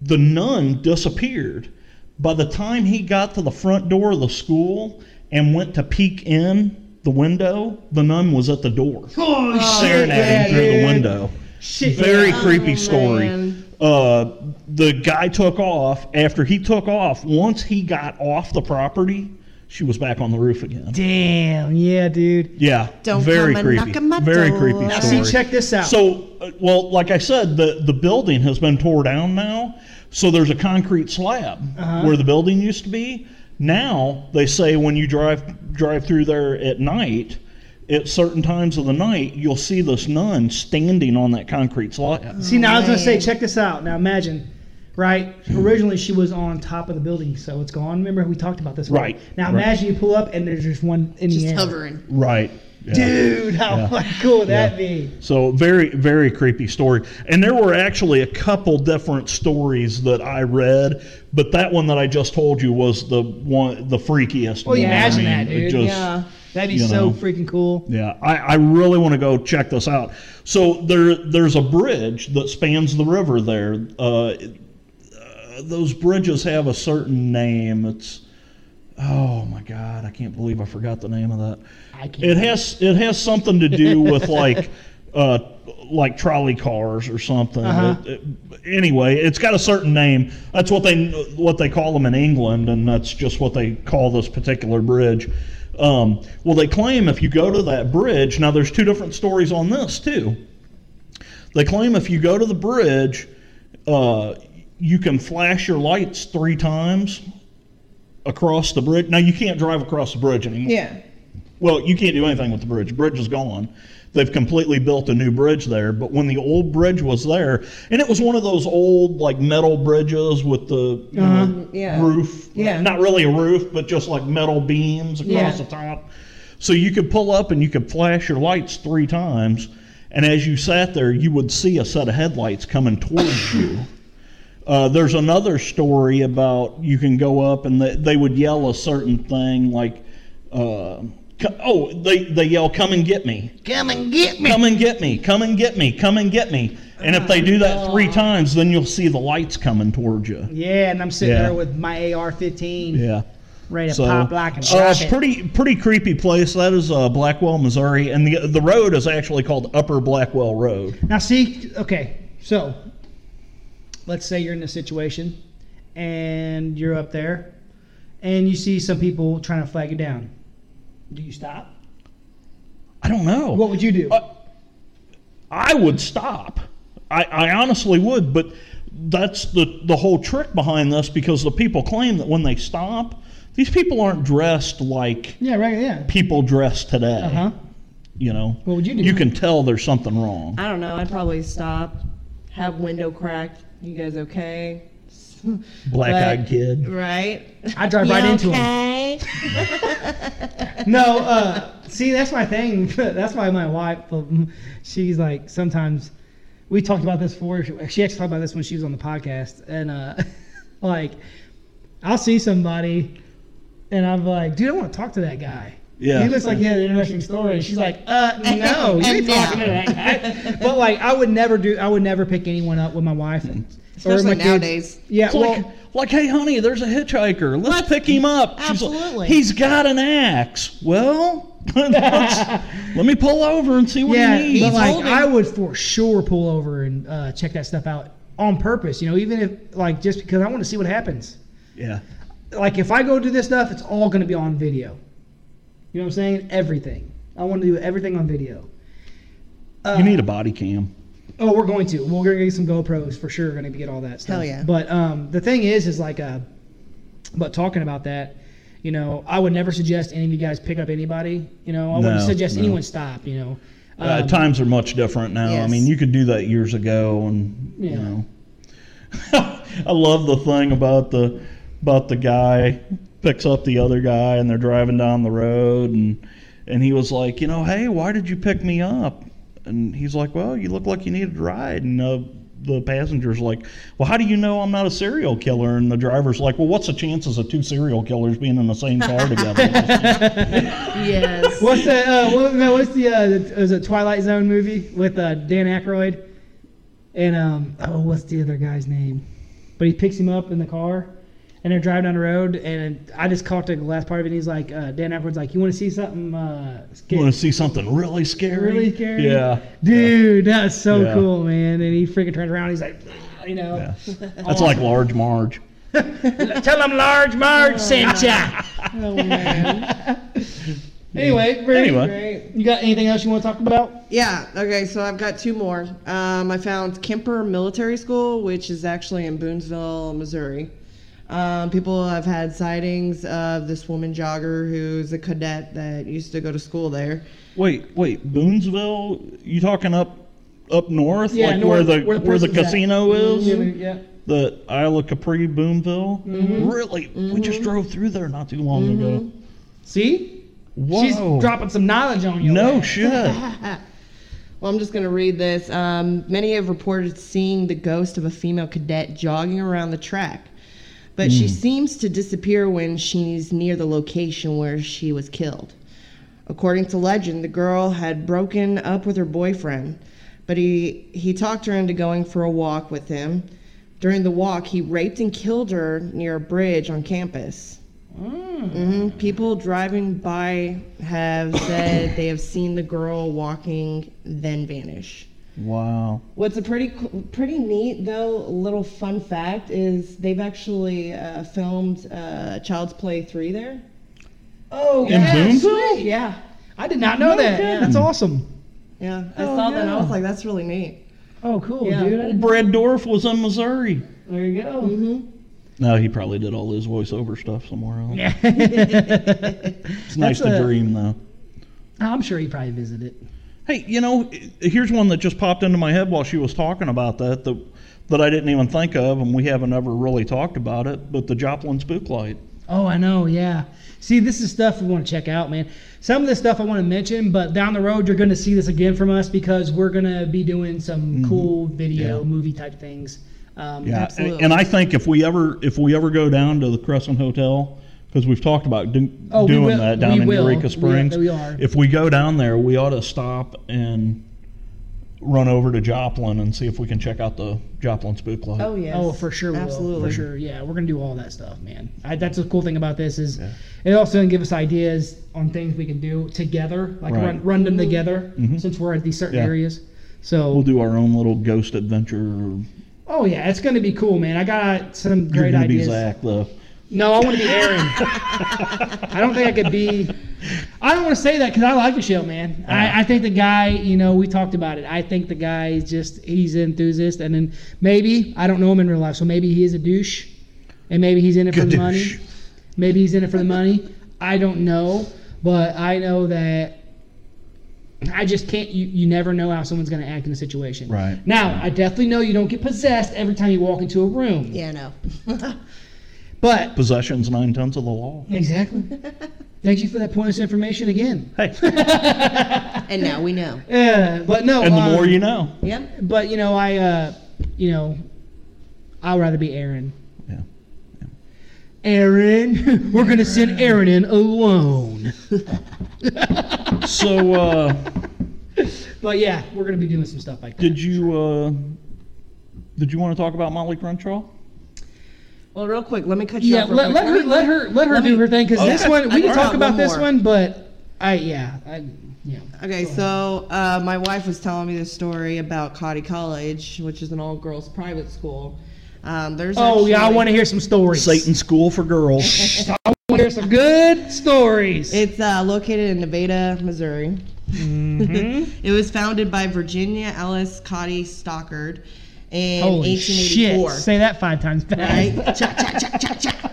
[SPEAKER 2] The nun disappeared. By the time he got to the front door of the school and went to peek in the window, the nun was at the door,
[SPEAKER 3] Oh,
[SPEAKER 2] staring at him through the window.
[SPEAKER 3] Shit,
[SPEAKER 2] Very
[SPEAKER 3] yeah.
[SPEAKER 2] creepy
[SPEAKER 1] Oh,
[SPEAKER 2] story.
[SPEAKER 1] man.
[SPEAKER 2] Uh, the guy took off. After he took off, once he got off the property, she was back on the roof again.
[SPEAKER 3] Damn, yeah, dude.
[SPEAKER 2] Yeah,
[SPEAKER 1] Don't
[SPEAKER 2] very
[SPEAKER 1] come a
[SPEAKER 2] creepy.
[SPEAKER 1] knock at my
[SPEAKER 2] very
[SPEAKER 1] door.
[SPEAKER 2] creepy
[SPEAKER 1] Now,
[SPEAKER 2] story.
[SPEAKER 3] See, check this out.
[SPEAKER 2] So, uh, well, like I said, the the building has been tore down now. So there's a concrete slab
[SPEAKER 1] Uh-huh.
[SPEAKER 2] where the building used to be. Now they say when you drive drive through there at night, at certain times of the night, you'll see this nun standing on that concrete slab.
[SPEAKER 3] See, now I was gonna say,
[SPEAKER 1] Man.
[SPEAKER 3] check this out. Now imagine, right? Originally, she was on top of the building, so it's gone. Remember, we talked about this. one.
[SPEAKER 2] Right,
[SPEAKER 3] Now
[SPEAKER 2] right.
[SPEAKER 3] imagine you pull up and there's just one in
[SPEAKER 1] Just
[SPEAKER 3] the air.
[SPEAKER 1] hovering.
[SPEAKER 2] Right. Yeah.
[SPEAKER 3] Dude, how
[SPEAKER 2] Yeah.
[SPEAKER 3] fucking cool would that
[SPEAKER 2] Yeah.
[SPEAKER 3] be?
[SPEAKER 2] So very very creepy story. And there were actually a couple different stories that I read, but that one that I just told you was the one the freakiest.
[SPEAKER 3] Well, you
[SPEAKER 2] one. I
[SPEAKER 3] imagine that,
[SPEAKER 2] it
[SPEAKER 3] dude.
[SPEAKER 2] just-
[SPEAKER 1] Yeah.
[SPEAKER 3] That'd be
[SPEAKER 2] You
[SPEAKER 3] so
[SPEAKER 2] know.
[SPEAKER 3] freaking cool.
[SPEAKER 2] yeah, I, I really want to go check this out. So there there's a bridge that spans the river there. Uh, it- uh, those bridges have a certain name. It's oh my god, I can't believe I forgot the name of that.
[SPEAKER 3] I can't.
[SPEAKER 2] It has it has something to do with like uh, like trolley cars or something.
[SPEAKER 3] Uh-huh.
[SPEAKER 2] It- it- anyway, it's got a certain name. That's what they what they call them in England, and that's just what they call this particular bridge. Um, well, they claim if you go to that bridge, now there's two different stories on this too. They claim if you go to the bridge, uh, you can flash your lights three times across the bridge. Now you can't drive across the bridge anymore.
[SPEAKER 1] Yeah.
[SPEAKER 2] Well, you can't do anything with the bridge. Bridge is gone. They've completely built a new bridge there. But when the old bridge was there, and it was one of those old like metal bridges with the you
[SPEAKER 3] Uh-huh.
[SPEAKER 2] know,
[SPEAKER 1] Yeah.
[SPEAKER 2] roof,
[SPEAKER 1] Yeah.
[SPEAKER 2] not really a roof, but just like metal beams across
[SPEAKER 1] Yeah.
[SPEAKER 2] the top. So you could pull up and you could flash your lights three times, and as you sat there, you would see a set of headlights coming towards you. Uh, there's another story about you can go up and they, they would yell a certain thing like, uh, co- oh, they, they yell, come and get me.
[SPEAKER 4] Come and get me. Oh,
[SPEAKER 2] Come and get me. Come and get me. Come and get me. And if they do that three times, then you'll see the lights coming towards you.
[SPEAKER 3] Yeah, and I'm sitting
[SPEAKER 2] Yeah.
[SPEAKER 3] there with my AR-15
[SPEAKER 2] Yeah.
[SPEAKER 3] ready to
[SPEAKER 2] So
[SPEAKER 3] pop lock and
[SPEAKER 2] uh,
[SPEAKER 3] drop
[SPEAKER 2] it's
[SPEAKER 3] it.
[SPEAKER 2] pretty pretty creepy place. That is uh, Blackwell, Missouri, and the the road is actually called Upper Blackwell Road.
[SPEAKER 3] Now, see, okay, so let's say you're in a situation and you're up there and you see some people trying to flag you down. Do you stop?
[SPEAKER 2] I don't know.
[SPEAKER 3] What would you do?
[SPEAKER 2] Uh, I would stop. I, I honestly would, but that's the, the whole trick behind this because the people claim that when they stop, these people aren't dressed like
[SPEAKER 3] yeah, right, yeah.
[SPEAKER 2] people dress today.
[SPEAKER 3] Uh huh.
[SPEAKER 2] You know,
[SPEAKER 3] What would you do?
[SPEAKER 2] you can tell there's something wrong.
[SPEAKER 1] I don't know. I'd probably stop, have window cracked. You guys okay?
[SPEAKER 2] Black eyed
[SPEAKER 1] But-
[SPEAKER 2] kid.
[SPEAKER 1] Right?
[SPEAKER 3] I drive right
[SPEAKER 1] You
[SPEAKER 3] into 'em.
[SPEAKER 1] okay?
[SPEAKER 3] No, uh, see, that's my thing. that's why my wife, um, she's like, sometimes we talked about this before. She actually talked about this when she was on the podcast. And, uh, like, I'll see somebody and I'm like, dude, I want to talk to that guy.
[SPEAKER 2] Yeah.
[SPEAKER 3] He looks like he had an interesting story. And she's like, uh, no, you
[SPEAKER 1] And
[SPEAKER 3] ain't talking to that guy. But, like, I would never do, I would never pick anyone up with my wife. And,
[SPEAKER 1] Especially
[SPEAKER 3] kids.
[SPEAKER 1] nowadays.
[SPEAKER 3] Yeah,
[SPEAKER 2] It's
[SPEAKER 3] well,
[SPEAKER 2] like, like, hey, honey, there's a hitchhiker. Let's pick him up. She's like,
[SPEAKER 1] absolutely.
[SPEAKER 2] He's got an axe. Well, let's- let me pull over and see what
[SPEAKER 3] yeah,
[SPEAKER 2] he needs.
[SPEAKER 3] but like
[SPEAKER 1] holding-
[SPEAKER 3] I would for sure pull over and uh, check that stuff out on purpose. You know, even if like just because I want to see what happens.
[SPEAKER 2] yeah.
[SPEAKER 3] Like if I go do this stuff, it's all going to be on video. You know what I'm saying? Everything. I want to do everything on video. Uh,
[SPEAKER 2] You need a body cam.
[SPEAKER 3] Oh, we're going to. We're going to get some GoPros for sure. Going to get all that stuff.
[SPEAKER 1] Hell yeah.
[SPEAKER 3] But um, the thing is, is like, uh, but talking about that, you know, I would never suggest any of you guys pick up anybody. You know, I wouldn't
[SPEAKER 2] No,
[SPEAKER 3] suggest
[SPEAKER 2] no.
[SPEAKER 3] anyone stop. You know,
[SPEAKER 2] Uh,
[SPEAKER 3] Um,
[SPEAKER 2] times are much different now. I
[SPEAKER 1] Yes.
[SPEAKER 2] mean, you could do that years ago, and you
[SPEAKER 3] Yeah.
[SPEAKER 2] know, I love the thing about the about the guy picks up the other guy, and they're driving down the road, and and he was like, you know, hey, why did you pick me up? And he's like, well, you look like you needed a ride, and uh, the passenger's like, well, how do you know I'm not a serial killer? And the driver's like, well, what's the chances of two serial killers being in the same car together?
[SPEAKER 1] Yes.
[SPEAKER 3] What's the uh, what, no, what's the uh, is it Twilight Zone movie with uh, Dan Aykroyd and um oh what's the other guy's name? But he picks him up in the car and they're driving down the road and I just caught the last part of it. and He's like uh, Dan Aykroyd's like you want to see something uh,
[SPEAKER 2] you
[SPEAKER 3] scary?
[SPEAKER 2] want to see something really scary?
[SPEAKER 3] Really scary?
[SPEAKER 2] Yeah,
[SPEAKER 3] Dude, that's so
[SPEAKER 2] Yeah.
[SPEAKER 3] cool, man! And he freaking turns around. He's like, "Ah," you know,
[SPEAKER 2] Yeah. That's like Large Marge.
[SPEAKER 3] tell him Large Marge sent ya.
[SPEAKER 1] Oh, man.
[SPEAKER 3] Anyway, Brady,
[SPEAKER 2] Anyway,
[SPEAKER 1] Great.
[SPEAKER 3] you got anything else you want to talk about?
[SPEAKER 1] Yeah. Okay. So I've got two more. Um, I found Kemper Military School, which is actually in Boonesville, Missouri. Um, people have had sightings of this woman jogger who's a cadet that used to go to school there.
[SPEAKER 2] wait, wait, Boonesville? You talking up up north, like
[SPEAKER 3] north,
[SPEAKER 2] where the where the,
[SPEAKER 3] person's at. Mm-hmm.
[SPEAKER 2] casino is,
[SPEAKER 3] Yeah.
[SPEAKER 2] the Isla Capri, Boonville? Really? We just drove through there not too long ago.
[SPEAKER 3] See,
[SPEAKER 2] Whoa!
[SPEAKER 3] She's dropping some knowledge on you.
[SPEAKER 2] no shit.
[SPEAKER 1] Well, I'm just going to read this. Um, many have reported seeing the ghost of a female cadet jogging around the track, but she seems to disappear when she's near the location where she was killed. According to legend, the girl had broken up with her boyfriend, but he, he talked her into going for a walk with him. During the walk, he raped and killed her near a bridge on campus. hmm People driving by have said they have seen the girl walking, then vanish.
[SPEAKER 2] wow.
[SPEAKER 1] What's a pretty co- pretty neat though little fun fact is they've actually uh, filmed uh, Child's Play three there.
[SPEAKER 3] Oh,
[SPEAKER 2] In
[SPEAKER 3] yes.
[SPEAKER 2] Boonville?
[SPEAKER 1] Yeah,
[SPEAKER 3] I did not know that.
[SPEAKER 1] kidding.
[SPEAKER 3] That's awesome.
[SPEAKER 1] yeah. I
[SPEAKER 3] Oh,
[SPEAKER 1] saw that and I was
[SPEAKER 3] yeah.
[SPEAKER 1] like, that's really neat.
[SPEAKER 3] Oh, cool,
[SPEAKER 1] Yeah.
[SPEAKER 3] dude. I didn't-
[SPEAKER 2] Brad Dorf was in Missouri.
[SPEAKER 3] There you go.
[SPEAKER 2] No, he probably did all his voiceover stuff somewhere else.
[SPEAKER 3] it's
[SPEAKER 2] It's nice to dream though.
[SPEAKER 3] I'm sure he probably visited.
[SPEAKER 2] Hey, you know, here's one that just popped into my head while she was talking about that that, that I didn't even think of, and we haven't ever really talked about it. But the Joplin Spook Light.
[SPEAKER 3] Oh, I know. Yeah. See, this is stuff we want to check out, man. Some of this stuff I want to mention, but down the road you're going to see this again from us because we're going to be doing some cool video,
[SPEAKER 2] Mm-hmm. Yeah.
[SPEAKER 3] movie type things. Um,
[SPEAKER 2] Yeah,
[SPEAKER 1] Absolutely.
[SPEAKER 2] and I think if we ever if we ever go down to the Crescent Hotel because we've talked about do,
[SPEAKER 3] Oh, we
[SPEAKER 2] doing
[SPEAKER 3] will-
[SPEAKER 2] that down
[SPEAKER 3] we
[SPEAKER 2] in
[SPEAKER 3] will.
[SPEAKER 2] Eureka
[SPEAKER 3] We-
[SPEAKER 2] Springs.
[SPEAKER 3] we are.
[SPEAKER 2] If we go down there, we ought to stop and run over to Joplin and see if we can check out the Joplin Spook Light.
[SPEAKER 1] Oh yes.
[SPEAKER 3] Oh, for sure. We Will.
[SPEAKER 1] Absolutely.
[SPEAKER 3] For sure. Yeah, we're gonna do all that stuff, man. I, that's the cool thing about this is it also can give us ideas on things we can do together,
[SPEAKER 2] Right.
[SPEAKER 3] like
[SPEAKER 2] Mm-hmm.
[SPEAKER 3] run, run them together since we're at these certain
[SPEAKER 2] Yeah.
[SPEAKER 3] areas. So
[SPEAKER 2] We'll do our own little ghost adventure.
[SPEAKER 3] Oh yeah, it's gonna be cool, man. I got some great
[SPEAKER 2] You're gonna
[SPEAKER 3] ideas.
[SPEAKER 2] be Zach though.
[SPEAKER 3] No, I want to be Aaron. I don't think I could be. I don't want to say that because I like the show, man. I, I think the guy, you know, we talked about it. I think the guy is just he's an enthusiast, and then maybe I don't know him in real life, so maybe he is a douche, and maybe he's in it for the money.
[SPEAKER 2] Gadoosh.
[SPEAKER 3] Maybe he's in it for the money. I don't know, but I know that I just can't. You, you never know how someone's going to act in a situation.
[SPEAKER 2] Right.
[SPEAKER 3] Now, I definitely know you don't get possessed every time you walk into a room.
[SPEAKER 1] Yeah, no.
[SPEAKER 3] But
[SPEAKER 2] Possessions nine tons of the law.
[SPEAKER 3] exactly. Thank you for that pointless information again.
[SPEAKER 2] Hey,
[SPEAKER 1] and now we know.
[SPEAKER 3] Yeah, but no.
[SPEAKER 2] and the
[SPEAKER 3] um,
[SPEAKER 2] more you know.
[SPEAKER 1] Yep.
[SPEAKER 3] But you know, I, uh, you know, I'd rather be Aaron.
[SPEAKER 2] Yeah.
[SPEAKER 3] Aaron, we're gonna send Aaron in alone.
[SPEAKER 2] So. uh
[SPEAKER 3] But yeah, we're gonna be doing some stuff like that.
[SPEAKER 2] Did you uh, did you want to talk about Molly Crenshaw?
[SPEAKER 1] Well, real quick, let me cut you
[SPEAKER 3] yeah,
[SPEAKER 1] off. real
[SPEAKER 3] let,
[SPEAKER 1] quick.
[SPEAKER 3] let her let her let her
[SPEAKER 1] Let
[SPEAKER 3] do
[SPEAKER 1] me-
[SPEAKER 3] her thing because
[SPEAKER 2] Okay.
[SPEAKER 3] this one
[SPEAKER 1] I
[SPEAKER 3] we can
[SPEAKER 1] got
[SPEAKER 3] talk about
[SPEAKER 1] one
[SPEAKER 3] this
[SPEAKER 1] more.
[SPEAKER 3] one, but I yeah I yeah.
[SPEAKER 1] Okay, so uh, my wife was telling me this story about Cotty College, which is an all-girls private school. Um, there's
[SPEAKER 3] Oh yeah, I
[SPEAKER 1] actually-
[SPEAKER 3] want to hear some stories.
[SPEAKER 2] Satan School for Girls.
[SPEAKER 3] I want to hear some good stories.
[SPEAKER 1] It's uh, located in Nevada, Missouri.
[SPEAKER 3] Mm-hmm.
[SPEAKER 1] it was founded by Virginia Ellis Cotty Stockard in
[SPEAKER 3] Holy shit!
[SPEAKER 1] 1884.
[SPEAKER 3] Say that five times fast.
[SPEAKER 1] Right? Cha, cha, cha, cha, cha.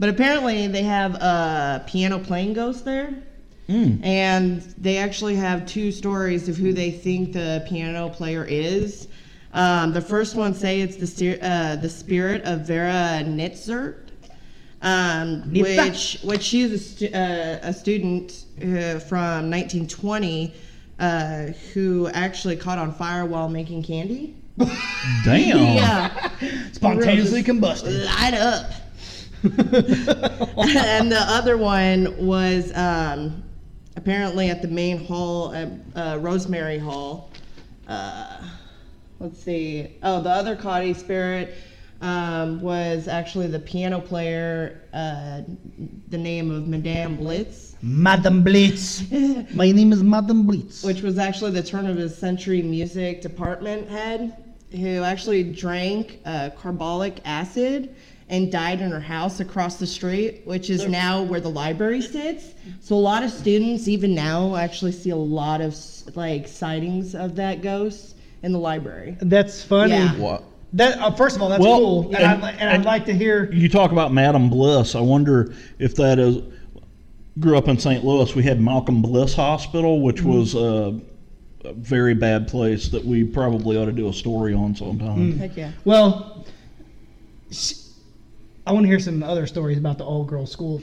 [SPEAKER 1] But apparently, they have a piano playing ghost there.
[SPEAKER 2] Mm.
[SPEAKER 1] And they actually have two stories of who they think the piano player is. Um, the first one say it's the ser- uh, the spirit of Vera Nitzert, um,
[SPEAKER 3] Nitzer.
[SPEAKER 1] which which she's a, stu- uh, a student uh, from 1920 uh, who actually caught on fire while making candy.
[SPEAKER 2] Damn.
[SPEAKER 1] Yeah,
[SPEAKER 3] Spontaneously combusted.
[SPEAKER 1] light up. and the other one was um, apparently at the main hall, at, uh, Rosemary Hall. Uh, let's see. Oh, the other Cotty spirit um, was actually the piano player, uh, the name of Madame Blitz,
[SPEAKER 3] Madam Blitz. My name is Madam Blitz.
[SPEAKER 1] which was actually the turn of the century music department head who actually drank uh, carbolic acid and died in her house across the street, which is now where the library sits. So a lot of students, even now, actually see a lot of s- like sightings of that ghost in the library.
[SPEAKER 3] That's funny.
[SPEAKER 1] Yeah.
[SPEAKER 2] What?
[SPEAKER 3] That uh, first of all, that's
[SPEAKER 2] Well,
[SPEAKER 3] cool, and,
[SPEAKER 2] and-
[SPEAKER 3] I'd, li- and I'd
[SPEAKER 2] and-
[SPEAKER 3] like to hear.
[SPEAKER 2] You talk about Madam Bliss. I wonder if that is. Grew up in St. Louis. We had Malcolm Bliss Hospital, which was a, a very bad place that we probably ought to do a story on sometime.
[SPEAKER 1] Heck yeah.
[SPEAKER 3] Well, sh- I want to hear some other stories about the old girl school.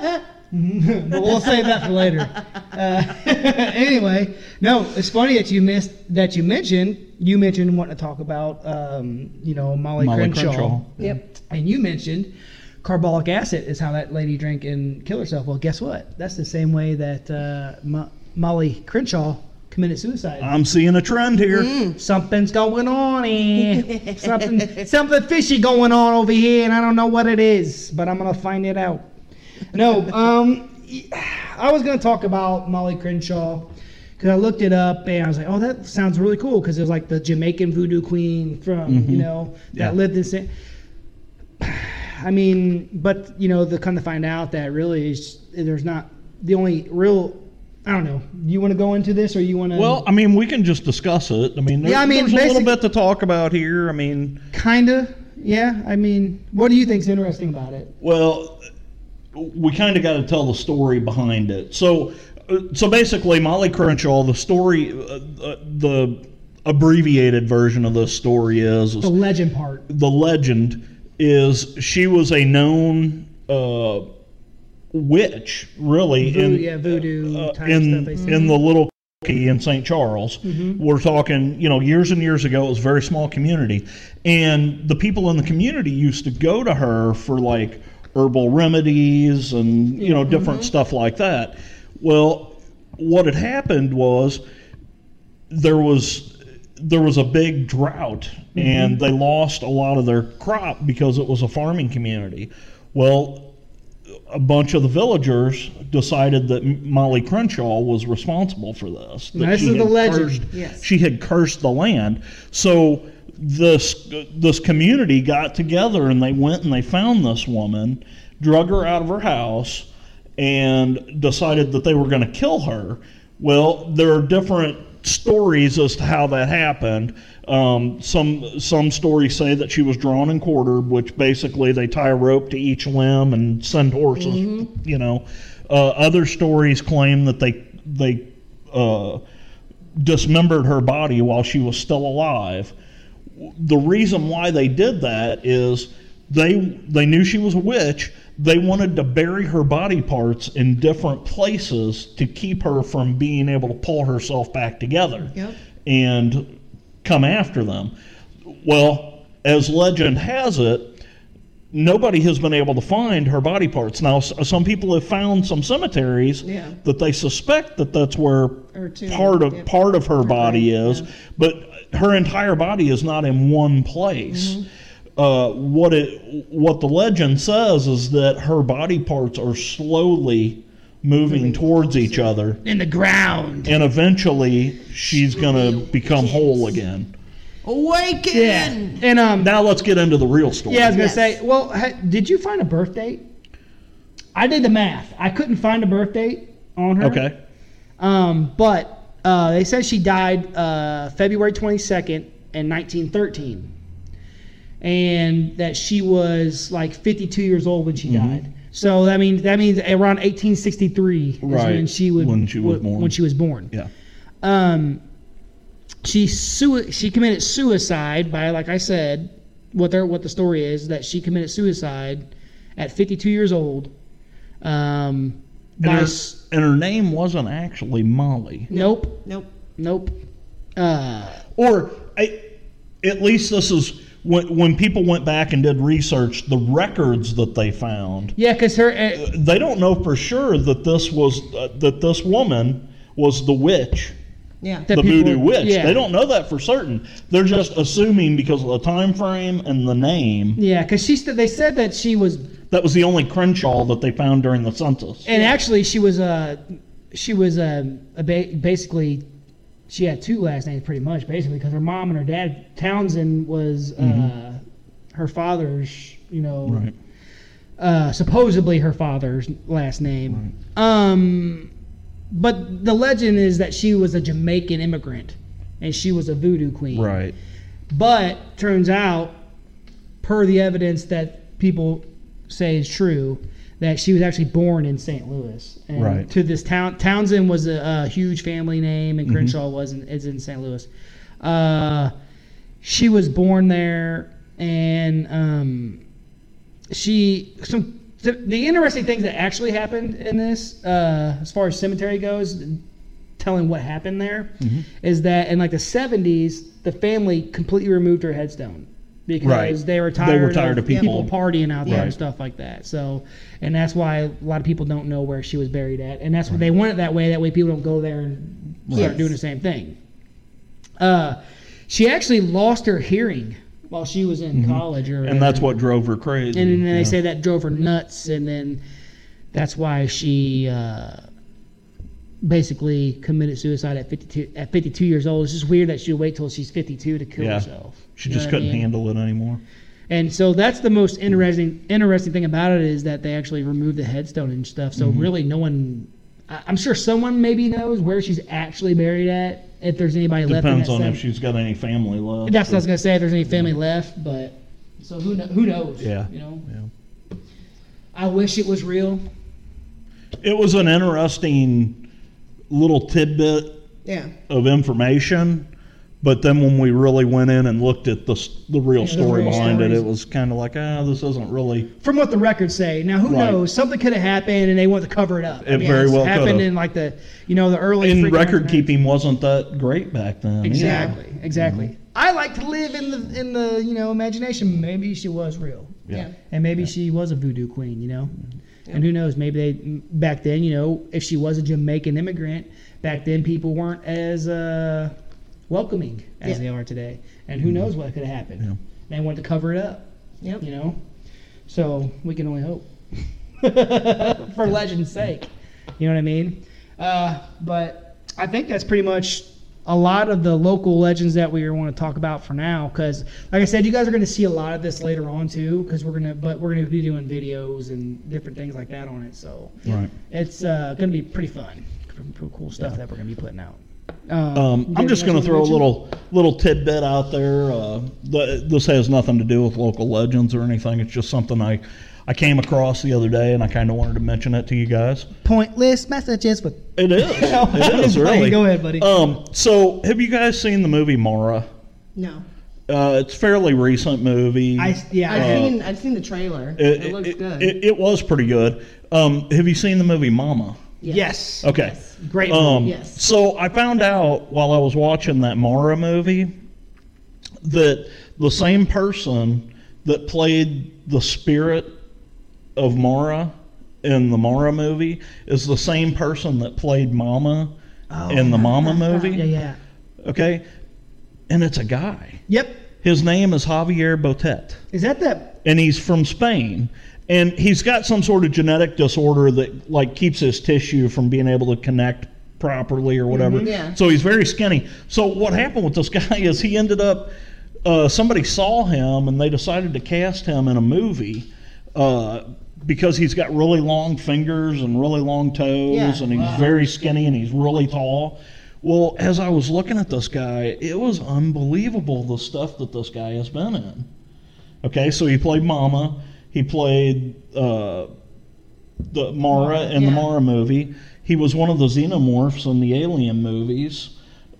[SPEAKER 3] but we'll save that for later. Uh, anyway, no, it's funny that you missed that you mentioned. You mentioned wanting to talk about, um, you know, Molly,
[SPEAKER 2] Molly
[SPEAKER 3] Crenshaw.
[SPEAKER 2] Crenshaw.
[SPEAKER 1] Yep.
[SPEAKER 3] And you mentioned carbolic acid is how that lady drank and killed herself. Well, guess what? That's the same way that uh, Mo- Molly Crenshaw committed suicide.
[SPEAKER 2] I'm seeing a trend here.
[SPEAKER 3] Mm. Something's going on here. something, something fishy going on over here, and I don't know what it is, but I'm gonna find it out. No, um, I was gonna talk about Molly Crenshaw because I looked it up and I was like, oh, that sounds really cool because it was like the Jamaican voodoo queen from you know that
[SPEAKER 2] Yeah.
[SPEAKER 3] lived in. San- I mean, but you know, the come to find out that really is, there's not the only real. I don't know. You want to go into this, or you want to?
[SPEAKER 2] Well, I mean, we can just discuss it. I mean, there-
[SPEAKER 3] Yeah, I mean,
[SPEAKER 2] there's a little bit
[SPEAKER 3] basic-
[SPEAKER 2] to talk about here. I mean,
[SPEAKER 3] Kinda, yeah. I mean, what do you think's interesting about it?
[SPEAKER 2] Well, we kind of got to tell the story behind it. So uh, so basically, Molly Crenshaw, the story, uh, uh, the abbreviated version of this story is,
[SPEAKER 3] the legend part.
[SPEAKER 2] the legend is she was a known uh, witch, really,
[SPEAKER 3] Voodoo,
[SPEAKER 2] in,
[SPEAKER 3] yeah, voodoo
[SPEAKER 2] uh,
[SPEAKER 3] type stuff
[SPEAKER 2] in,
[SPEAKER 3] they say.
[SPEAKER 2] in the little key in St. Charles.
[SPEAKER 3] Mm-hmm.
[SPEAKER 2] We're talking, you know, years and years ago, it was a very small community. And the people in the community used to go to her for like herbal remedies and, you know,
[SPEAKER 3] Mm-hmm.
[SPEAKER 2] different stuff like that. Well, what had happened was there was there was a big drought
[SPEAKER 3] Mm-hmm.
[SPEAKER 2] and they lost a lot of their crop because it was a farming community. Well, a bunch of the villagers decided that M- Molly Crenshaw was responsible for this. that
[SPEAKER 3] Now, this
[SPEAKER 2] she
[SPEAKER 3] is
[SPEAKER 2] had
[SPEAKER 3] the legend.
[SPEAKER 2] cursed-
[SPEAKER 1] Yes.
[SPEAKER 2] She had cursed the land. So this this community got together and they went and they found this woman, drug her out of her house, and decided that they were going to kill her. Well, there are different stories as to how that happened. Um, some some stories say that she was drawn and quartered, which basically they tie a rope to each limb and send horses. You know, uh, other stories claim that they they uh, dismembered her body while she was still alive. The reason why they did that is they they knew she was a witch. They wanted to bury her body parts in different places to keep her from being able to pull herself back together
[SPEAKER 1] Yep.
[SPEAKER 2] and come after them. Well, as legend has it, nobody has been able to find her body parts. Now, s- some people have found some cemeteries
[SPEAKER 1] Yeah.
[SPEAKER 2] that they suspect that that's where
[SPEAKER 1] Or two,
[SPEAKER 2] part of
[SPEAKER 1] yeah.
[SPEAKER 2] part of her body
[SPEAKER 1] right,
[SPEAKER 2] is,
[SPEAKER 1] yeah.
[SPEAKER 2] but her entire body is not in one place.
[SPEAKER 1] Mm-hmm.
[SPEAKER 2] Uh, what it what the legend says is that her body parts are slowly moving towards each other,
[SPEAKER 3] In the ground.
[SPEAKER 2] and eventually she's gonna become whole again.
[SPEAKER 1] Awaken!
[SPEAKER 3] Yeah. And um,
[SPEAKER 2] Now let's get into the real story.
[SPEAKER 3] Yeah, I was gonna
[SPEAKER 1] Yes.
[SPEAKER 3] say. Well, ha- did you find a birth date? I did the math. I couldn't find a birth date on her.
[SPEAKER 2] okay.
[SPEAKER 3] Um, but uh, they said she died uh, February 22nd in 1913, and that she was like 52 years old when she died. So I mean, that means around 1863 is when
[SPEAKER 2] Right,
[SPEAKER 3] she would
[SPEAKER 2] when she was
[SPEAKER 3] would-
[SPEAKER 2] born.
[SPEAKER 3] When she was born.
[SPEAKER 2] Yeah.
[SPEAKER 3] Um, she sui- she committed suicide by like I said, what their what the story is that she committed suicide at 52 years old. Um,
[SPEAKER 2] And
[SPEAKER 3] by
[SPEAKER 2] her,
[SPEAKER 3] s-
[SPEAKER 2] and her name wasn't actually Molly.
[SPEAKER 3] nope.
[SPEAKER 1] Nope.
[SPEAKER 3] Nope. Uh,
[SPEAKER 2] or I, at least this is when, when people went back and did research the records that they found
[SPEAKER 3] yeah, because her. Uh,
[SPEAKER 2] they don't know for sure that this was uh, that this woman was the witch
[SPEAKER 1] Yeah.
[SPEAKER 3] that
[SPEAKER 2] the
[SPEAKER 3] people-
[SPEAKER 2] voodoo witch
[SPEAKER 3] yeah.
[SPEAKER 2] they don't know that for certain they're just assuming because of the time frame and the name
[SPEAKER 3] Yeah, because she. St- they said that she was,
[SPEAKER 2] that was the only crenshaw that they found during the census
[SPEAKER 3] and actually she was uh she was um, a ba- basically, she had two last names pretty much basically because her mom and her dad Townsend was uh, her father's you know
[SPEAKER 2] Mm-hmm. right
[SPEAKER 3] uh, supposedly her father's last name. Um, but the legend is that she was a Jamaican immigrant, and she was a voodoo queen.
[SPEAKER 2] right
[SPEAKER 3] But turns out, per the evidence that people say is true, that she was actually born in St. Louis. And
[SPEAKER 2] Right.
[SPEAKER 3] To this town, Townsend was a, a huge family name, and Crenshaw was in, is in St. Louis. Uh, she was born there, and um, she some. The, the interesting things that actually happened in this, uh, as far as cemetery goes, telling what happened there is
[SPEAKER 2] Mm-hmm.
[SPEAKER 3] that in like the 70s the family completely removed her headstone because
[SPEAKER 2] Right.
[SPEAKER 3] they were
[SPEAKER 2] They
[SPEAKER 3] tired,
[SPEAKER 2] were tired of people-
[SPEAKER 3] partying out there
[SPEAKER 2] Right.
[SPEAKER 3] and stuff like that so and that's why a lot of people don't know where she was buried at and that's why they want it that way that way people don't go there and start
[SPEAKER 1] Right.
[SPEAKER 3] doing the same thing uh, she actually lost her hearing while she was in college or
[SPEAKER 2] Mm-hmm. and that's what drove her crazy
[SPEAKER 3] and then they
[SPEAKER 2] yeah.
[SPEAKER 3] say that drove her nuts, and then that's why she uh, basically committed suicide at 52 at 52 years old. It's just weird that she would wait till she's 52 to kill
[SPEAKER 2] Yeah.
[SPEAKER 3] herself.
[SPEAKER 2] she
[SPEAKER 3] You know
[SPEAKER 2] just
[SPEAKER 3] what I
[SPEAKER 2] couldn't
[SPEAKER 3] mean?
[SPEAKER 2] handle it anymore
[SPEAKER 3] And so that's the most interesting interesting thing about it is that they actually removed the headstone and stuff.
[SPEAKER 2] Mm-hmm.
[SPEAKER 3] So really, no one. I- I'm sure someone maybe knows where she's actually buried at. If there's anybody left, in
[SPEAKER 2] depends
[SPEAKER 3] that
[SPEAKER 2] on if
[SPEAKER 3] cemetery.
[SPEAKER 2] she's got any family left
[SPEAKER 3] That's what I
[SPEAKER 2] or-
[SPEAKER 3] was gonna say. If there's any family left, but so who kno- who knows?
[SPEAKER 2] Yeah.
[SPEAKER 3] You know.
[SPEAKER 2] yeah.
[SPEAKER 3] I wish it was real.
[SPEAKER 2] it was an interesting little tidbit
[SPEAKER 1] Yeah.
[SPEAKER 2] of information, but then when we really went in and looked at the s- the real
[SPEAKER 3] the
[SPEAKER 2] story
[SPEAKER 3] real
[SPEAKER 2] behind it,
[SPEAKER 3] stories.
[SPEAKER 2] it was kind of like, ah, this isn't really.
[SPEAKER 3] from what the records say. Now, who
[SPEAKER 2] Right.
[SPEAKER 3] knows? Something could have happened, and they want to cover it up.
[SPEAKER 2] It very
[SPEAKER 3] it's
[SPEAKER 2] well
[SPEAKER 3] happened
[SPEAKER 2] could've.
[SPEAKER 3] in like the you know the early
[SPEAKER 2] And
[SPEAKER 3] freaking
[SPEAKER 2] record
[SPEAKER 3] 1990s.
[SPEAKER 2] keeping wasn't that great back then. either.
[SPEAKER 3] Exactly, exactly.
[SPEAKER 2] Mm-hmm.
[SPEAKER 3] I like to live in the in the you know imagination. Maybe she was real,
[SPEAKER 2] Yeah. Mm-hmm.
[SPEAKER 3] and maybe she was a voodoo queen. You know, and who knows? Maybe they back then, you know, if she was a Jamaican immigrant back then, people weren't as uh, welcoming as
[SPEAKER 1] Yeah.
[SPEAKER 3] they are today. And who knows what could have happened?
[SPEAKER 2] Mm-hmm. Yeah.
[SPEAKER 3] They wanted to cover it up.
[SPEAKER 1] Yep.
[SPEAKER 3] you know. So we can only hope for legend's sake. You know what I mean? Uh, but I think that's pretty much a lot of the local legends that we want to talk about for now. Because, like I said, you guys are going to see a lot of this later on too. Because we're gonna, but we're gonna be doing videos and different things like that on it. So
[SPEAKER 2] Right.
[SPEAKER 3] it's uh, gonna be pretty fun. Pretty cool stuff that we're gonna be putting out.
[SPEAKER 2] Um,
[SPEAKER 3] you
[SPEAKER 2] I'm
[SPEAKER 3] guys
[SPEAKER 2] just
[SPEAKER 3] got
[SPEAKER 2] going to
[SPEAKER 3] something
[SPEAKER 2] throw a
[SPEAKER 3] mention?
[SPEAKER 2] little little tidbit out there. Uh, th- this has nothing to do with local legends or anything. It's just something I, I came across the other day, and I kind of wanted to mention it to you guys.
[SPEAKER 3] Pointless messages with.
[SPEAKER 2] It is. it is
[SPEAKER 3] Just playing.
[SPEAKER 2] really.
[SPEAKER 3] Go ahead, buddy.
[SPEAKER 2] Um, so, have you guys seen the movie Mara?
[SPEAKER 1] No.
[SPEAKER 2] Uh, it's a fairly recent movie.
[SPEAKER 3] I yeah. I
[SPEAKER 1] I've
[SPEAKER 3] had-
[SPEAKER 1] seen I've seen the trailer. It,
[SPEAKER 2] it,
[SPEAKER 1] looks
[SPEAKER 2] it-
[SPEAKER 1] good.
[SPEAKER 2] It, it was pretty good. Um, have you seen the movie Mama?
[SPEAKER 3] yes.
[SPEAKER 2] Okay.
[SPEAKER 3] Great.
[SPEAKER 2] Um,
[SPEAKER 1] Yes.
[SPEAKER 2] So I found out while I was watching that Mara movie that the same person that played the spirit of Mara in the Mara movie is the same person that played Mama in the Mama movie.
[SPEAKER 3] Oh, yeah. Yeah.
[SPEAKER 2] Okay. And it's a guy.
[SPEAKER 3] Yep.
[SPEAKER 2] His name is Javier Botet
[SPEAKER 3] Is that that?
[SPEAKER 2] and he's from Spain. And he's got some sort of genetic disorder that like keeps his tissue from being able to connect properly or whatever.
[SPEAKER 1] Mm-hmm. yeah.
[SPEAKER 2] So he's very skinny. So what happened with this guy is he ended up uh, somebody saw him and they decided to cast him in a movie uh, because he's got really long fingers and really long toes
[SPEAKER 1] Yeah.
[SPEAKER 2] and he's very skinny and he's really tall. Well, as I was looking at this guy, it was unbelievable the stuff that this guy has been in. Okay, so he played Mama. He played uh, the Mara in the
[SPEAKER 1] yeah.
[SPEAKER 2] Mara movie. He was one of the xenomorphs in the Alien movies.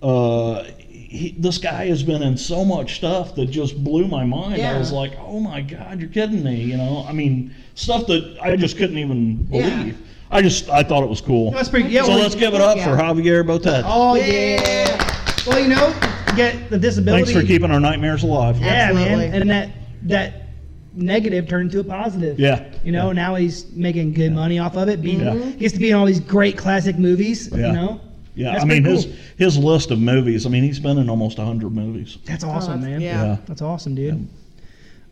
[SPEAKER 2] Uh, he, this guy has been in so much stuff that just blew my mind. I
[SPEAKER 1] Yeah.
[SPEAKER 2] was like, "Oh my God, you're kidding me!" You know, I mean, stuff that I just couldn't even believe.
[SPEAKER 1] Yeah.
[SPEAKER 2] I just I thought it was cool.
[SPEAKER 3] That's pretty. Yeah.
[SPEAKER 2] so
[SPEAKER 3] well,
[SPEAKER 2] let's give it up for
[SPEAKER 1] Yeah.
[SPEAKER 2] Javier Botet.
[SPEAKER 3] Oh yeah.
[SPEAKER 1] Yeah.
[SPEAKER 3] Well, you know, get the disability.
[SPEAKER 2] Thanks for keeping our nightmares alive.
[SPEAKER 3] Yeah, man.
[SPEAKER 1] Absolutely.
[SPEAKER 3] And that that negative turned into a positive.
[SPEAKER 2] Yeah.
[SPEAKER 3] You know, now he's making good money off of it. Being,
[SPEAKER 2] Yeah.
[SPEAKER 3] Gets to be in all these great classic movies.
[SPEAKER 2] Yeah.
[SPEAKER 3] You know.
[SPEAKER 2] Yeah,
[SPEAKER 3] That's
[SPEAKER 2] I mean
[SPEAKER 3] pretty
[SPEAKER 2] his
[SPEAKER 3] cool.
[SPEAKER 2] his list of movies. I mean he's been in almost hundred movies.
[SPEAKER 3] That's awesome,
[SPEAKER 1] Oh, that's-
[SPEAKER 3] man.
[SPEAKER 1] yeah.
[SPEAKER 3] That's awesome, dude.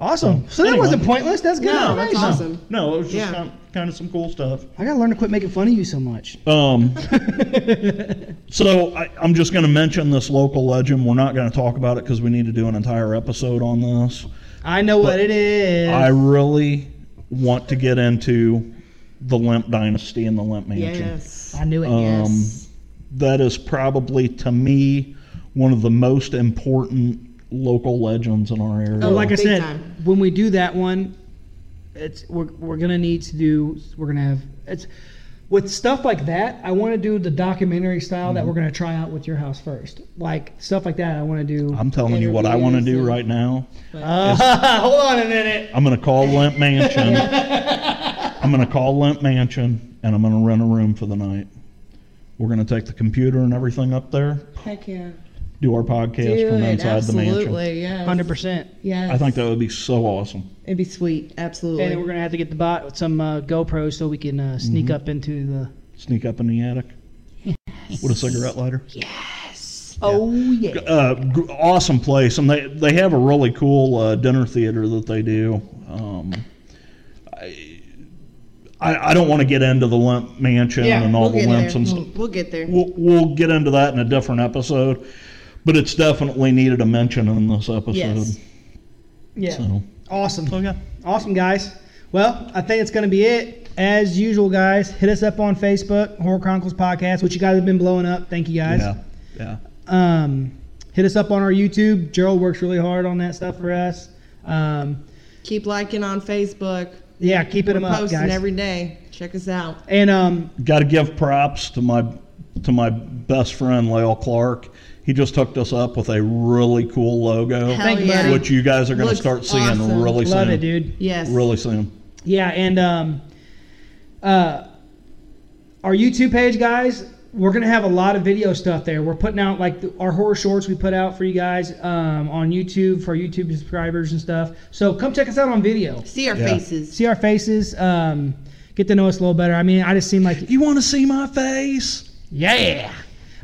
[SPEAKER 3] Awesome. So that
[SPEAKER 2] Anyway.
[SPEAKER 3] wasn't pointless. That's good.
[SPEAKER 1] No, that's
[SPEAKER 3] Nice.
[SPEAKER 1] awesome.
[SPEAKER 2] No, it was just
[SPEAKER 1] Yeah.
[SPEAKER 2] kind, kind of some cool stuff.
[SPEAKER 3] I gotta learn to quit making fun of you so much.
[SPEAKER 2] Um, so I, I'm just going to mention this local legend. We're not going to talk about it because we need to do an entire episode on this.
[SPEAKER 3] I know what it is.
[SPEAKER 2] I really want to get into the Limp Dynasty and the Limp Mansion.
[SPEAKER 1] yes.
[SPEAKER 3] I knew it.
[SPEAKER 2] Um,
[SPEAKER 1] yes.
[SPEAKER 2] That is probably to me one of the most important local legends in our area.
[SPEAKER 1] Oh,
[SPEAKER 3] But like I
[SPEAKER 1] Big
[SPEAKER 3] said,
[SPEAKER 1] time.
[SPEAKER 3] when we do that one, it's we're, we're gonna need to do. We're gonna have it's with stuff like that. I want to do the documentary style that we're gonna try out with your house first. Like stuff like that. I want to do.
[SPEAKER 2] I'm telling you what I want to
[SPEAKER 1] Interviews
[SPEAKER 2] do
[SPEAKER 1] and-
[SPEAKER 2] right now.
[SPEAKER 3] Uh, hold on a minute.
[SPEAKER 2] I'm gonna call Limp Mansion. I'm gonna call Limp Mansion, and I'm gonna rent a room for the night. We're gonna take the computer and everything up there,
[SPEAKER 1] Heck yeah.
[SPEAKER 2] do our podcast
[SPEAKER 1] Dude,
[SPEAKER 2] from inside the mansion.
[SPEAKER 1] absolutely. Yes.
[SPEAKER 3] Hundred percent.
[SPEAKER 1] Yes.
[SPEAKER 2] I think that would be so awesome.
[SPEAKER 1] it'd be sweet. Absolutely.
[SPEAKER 3] And then we're gonna have to get the bot some uh, GoPros so we can uh, sneak up into the.
[SPEAKER 2] Sneak up in the attic with a cigarette lighter.
[SPEAKER 3] Oh yeah.
[SPEAKER 2] Uh, g- awesome place, and they they have a really cool uh, dinner theater that they do. Um, I, I I don't want to get into the Limp Mansion
[SPEAKER 3] Yeah,
[SPEAKER 2] and all
[SPEAKER 1] We'll
[SPEAKER 2] the
[SPEAKER 1] get
[SPEAKER 2] limps
[SPEAKER 1] there. Mm.
[SPEAKER 2] and stuff.
[SPEAKER 1] We'll, we'll get there.
[SPEAKER 2] we'll, we'll get into that in a different episode, but it's definitely needed a mention in this episode.
[SPEAKER 1] Yes.
[SPEAKER 3] Yeah.
[SPEAKER 2] So,
[SPEAKER 3] Awesome.
[SPEAKER 1] Oh,
[SPEAKER 2] so yeah.
[SPEAKER 3] Awesome, guys. Well, I think it's going to be it. As usual, guys, hit us up on Facebook, Horror Chronicles Podcast, which you guys have been blowing up. Thank you, guys.
[SPEAKER 2] Yeah. Yeah.
[SPEAKER 3] Um, hit us up on our YouTube. Gerald works really hard on that stuff for us. Um,
[SPEAKER 1] Keep liking on Facebook.
[SPEAKER 3] yeah, keeping them up,
[SPEAKER 1] Posting
[SPEAKER 3] guys.
[SPEAKER 1] every day. Check us out.
[SPEAKER 3] and um,
[SPEAKER 2] Got to give props to my to my best friend Lale Clark. He just hooked us up with a really cool logo,
[SPEAKER 1] Hell
[SPEAKER 3] you, buddy.
[SPEAKER 1] yeah.
[SPEAKER 2] which you guys are going to
[SPEAKER 1] Looks
[SPEAKER 2] start seeing
[SPEAKER 1] awesome.
[SPEAKER 2] really soon.
[SPEAKER 3] Love it, dude.
[SPEAKER 1] yes.
[SPEAKER 2] Really soon.
[SPEAKER 3] Yeah, and um, uh, our YouTube page, guys, we're gonna have a lot of video stuff there. We're putting out like the, our horror shorts we put out for you guys um, on YouTube for YouTube subscribers and stuff. So come check us out on video.
[SPEAKER 1] See our
[SPEAKER 2] Yeah.
[SPEAKER 1] faces.
[SPEAKER 3] See our faces. Um, get to know us a little better. I mean, I just seem like
[SPEAKER 2] You want to see my face?
[SPEAKER 3] yeah.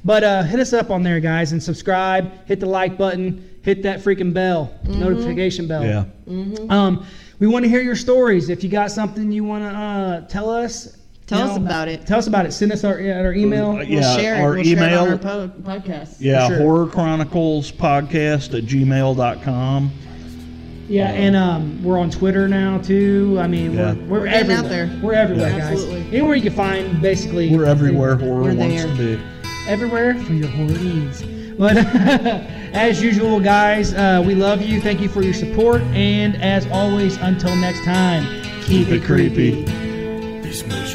[SPEAKER 3] But uh, hit us up on there, guys, and subscribe. Hit the like button. Hit that freaking bell,
[SPEAKER 1] Mm-hmm.
[SPEAKER 3] notification
[SPEAKER 1] Oh.
[SPEAKER 3] bell.
[SPEAKER 2] Yeah.
[SPEAKER 3] Um, we want to hear your stories. If you got something you want to uh, tell us,
[SPEAKER 1] Tell
[SPEAKER 3] you
[SPEAKER 1] us about it.
[SPEAKER 3] Tell us about it. Send us our, at our email.
[SPEAKER 1] We'll
[SPEAKER 2] yeah.
[SPEAKER 1] share it.
[SPEAKER 2] Our
[SPEAKER 1] we'll share it
[SPEAKER 2] email.
[SPEAKER 1] on our po- podcast.
[SPEAKER 2] yeah.
[SPEAKER 3] sure.
[SPEAKER 2] Horror Chronicles Podcast at gmail.com.
[SPEAKER 3] Yeah, and um, we're on Twitter now too. I mean,
[SPEAKER 2] Yeah.
[SPEAKER 3] we're, we're
[SPEAKER 1] getting
[SPEAKER 3] everywhere.
[SPEAKER 1] out there.
[SPEAKER 3] We're everywhere,
[SPEAKER 2] Yeah.
[SPEAKER 3] guys.
[SPEAKER 1] Absolutely.
[SPEAKER 3] Anywhere you can find, basically.
[SPEAKER 2] We're everywhere horror
[SPEAKER 1] We're
[SPEAKER 2] wants
[SPEAKER 1] there.
[SPEAKER 2] to be.
[SPEAKER 3] Everywhere for your horror needs. But as usual, guys, uh, we love you. Thank you for your support, and as always, until next time,
[SPEAKER 2] Keep it creepy.
[SPEAKER 4] These moves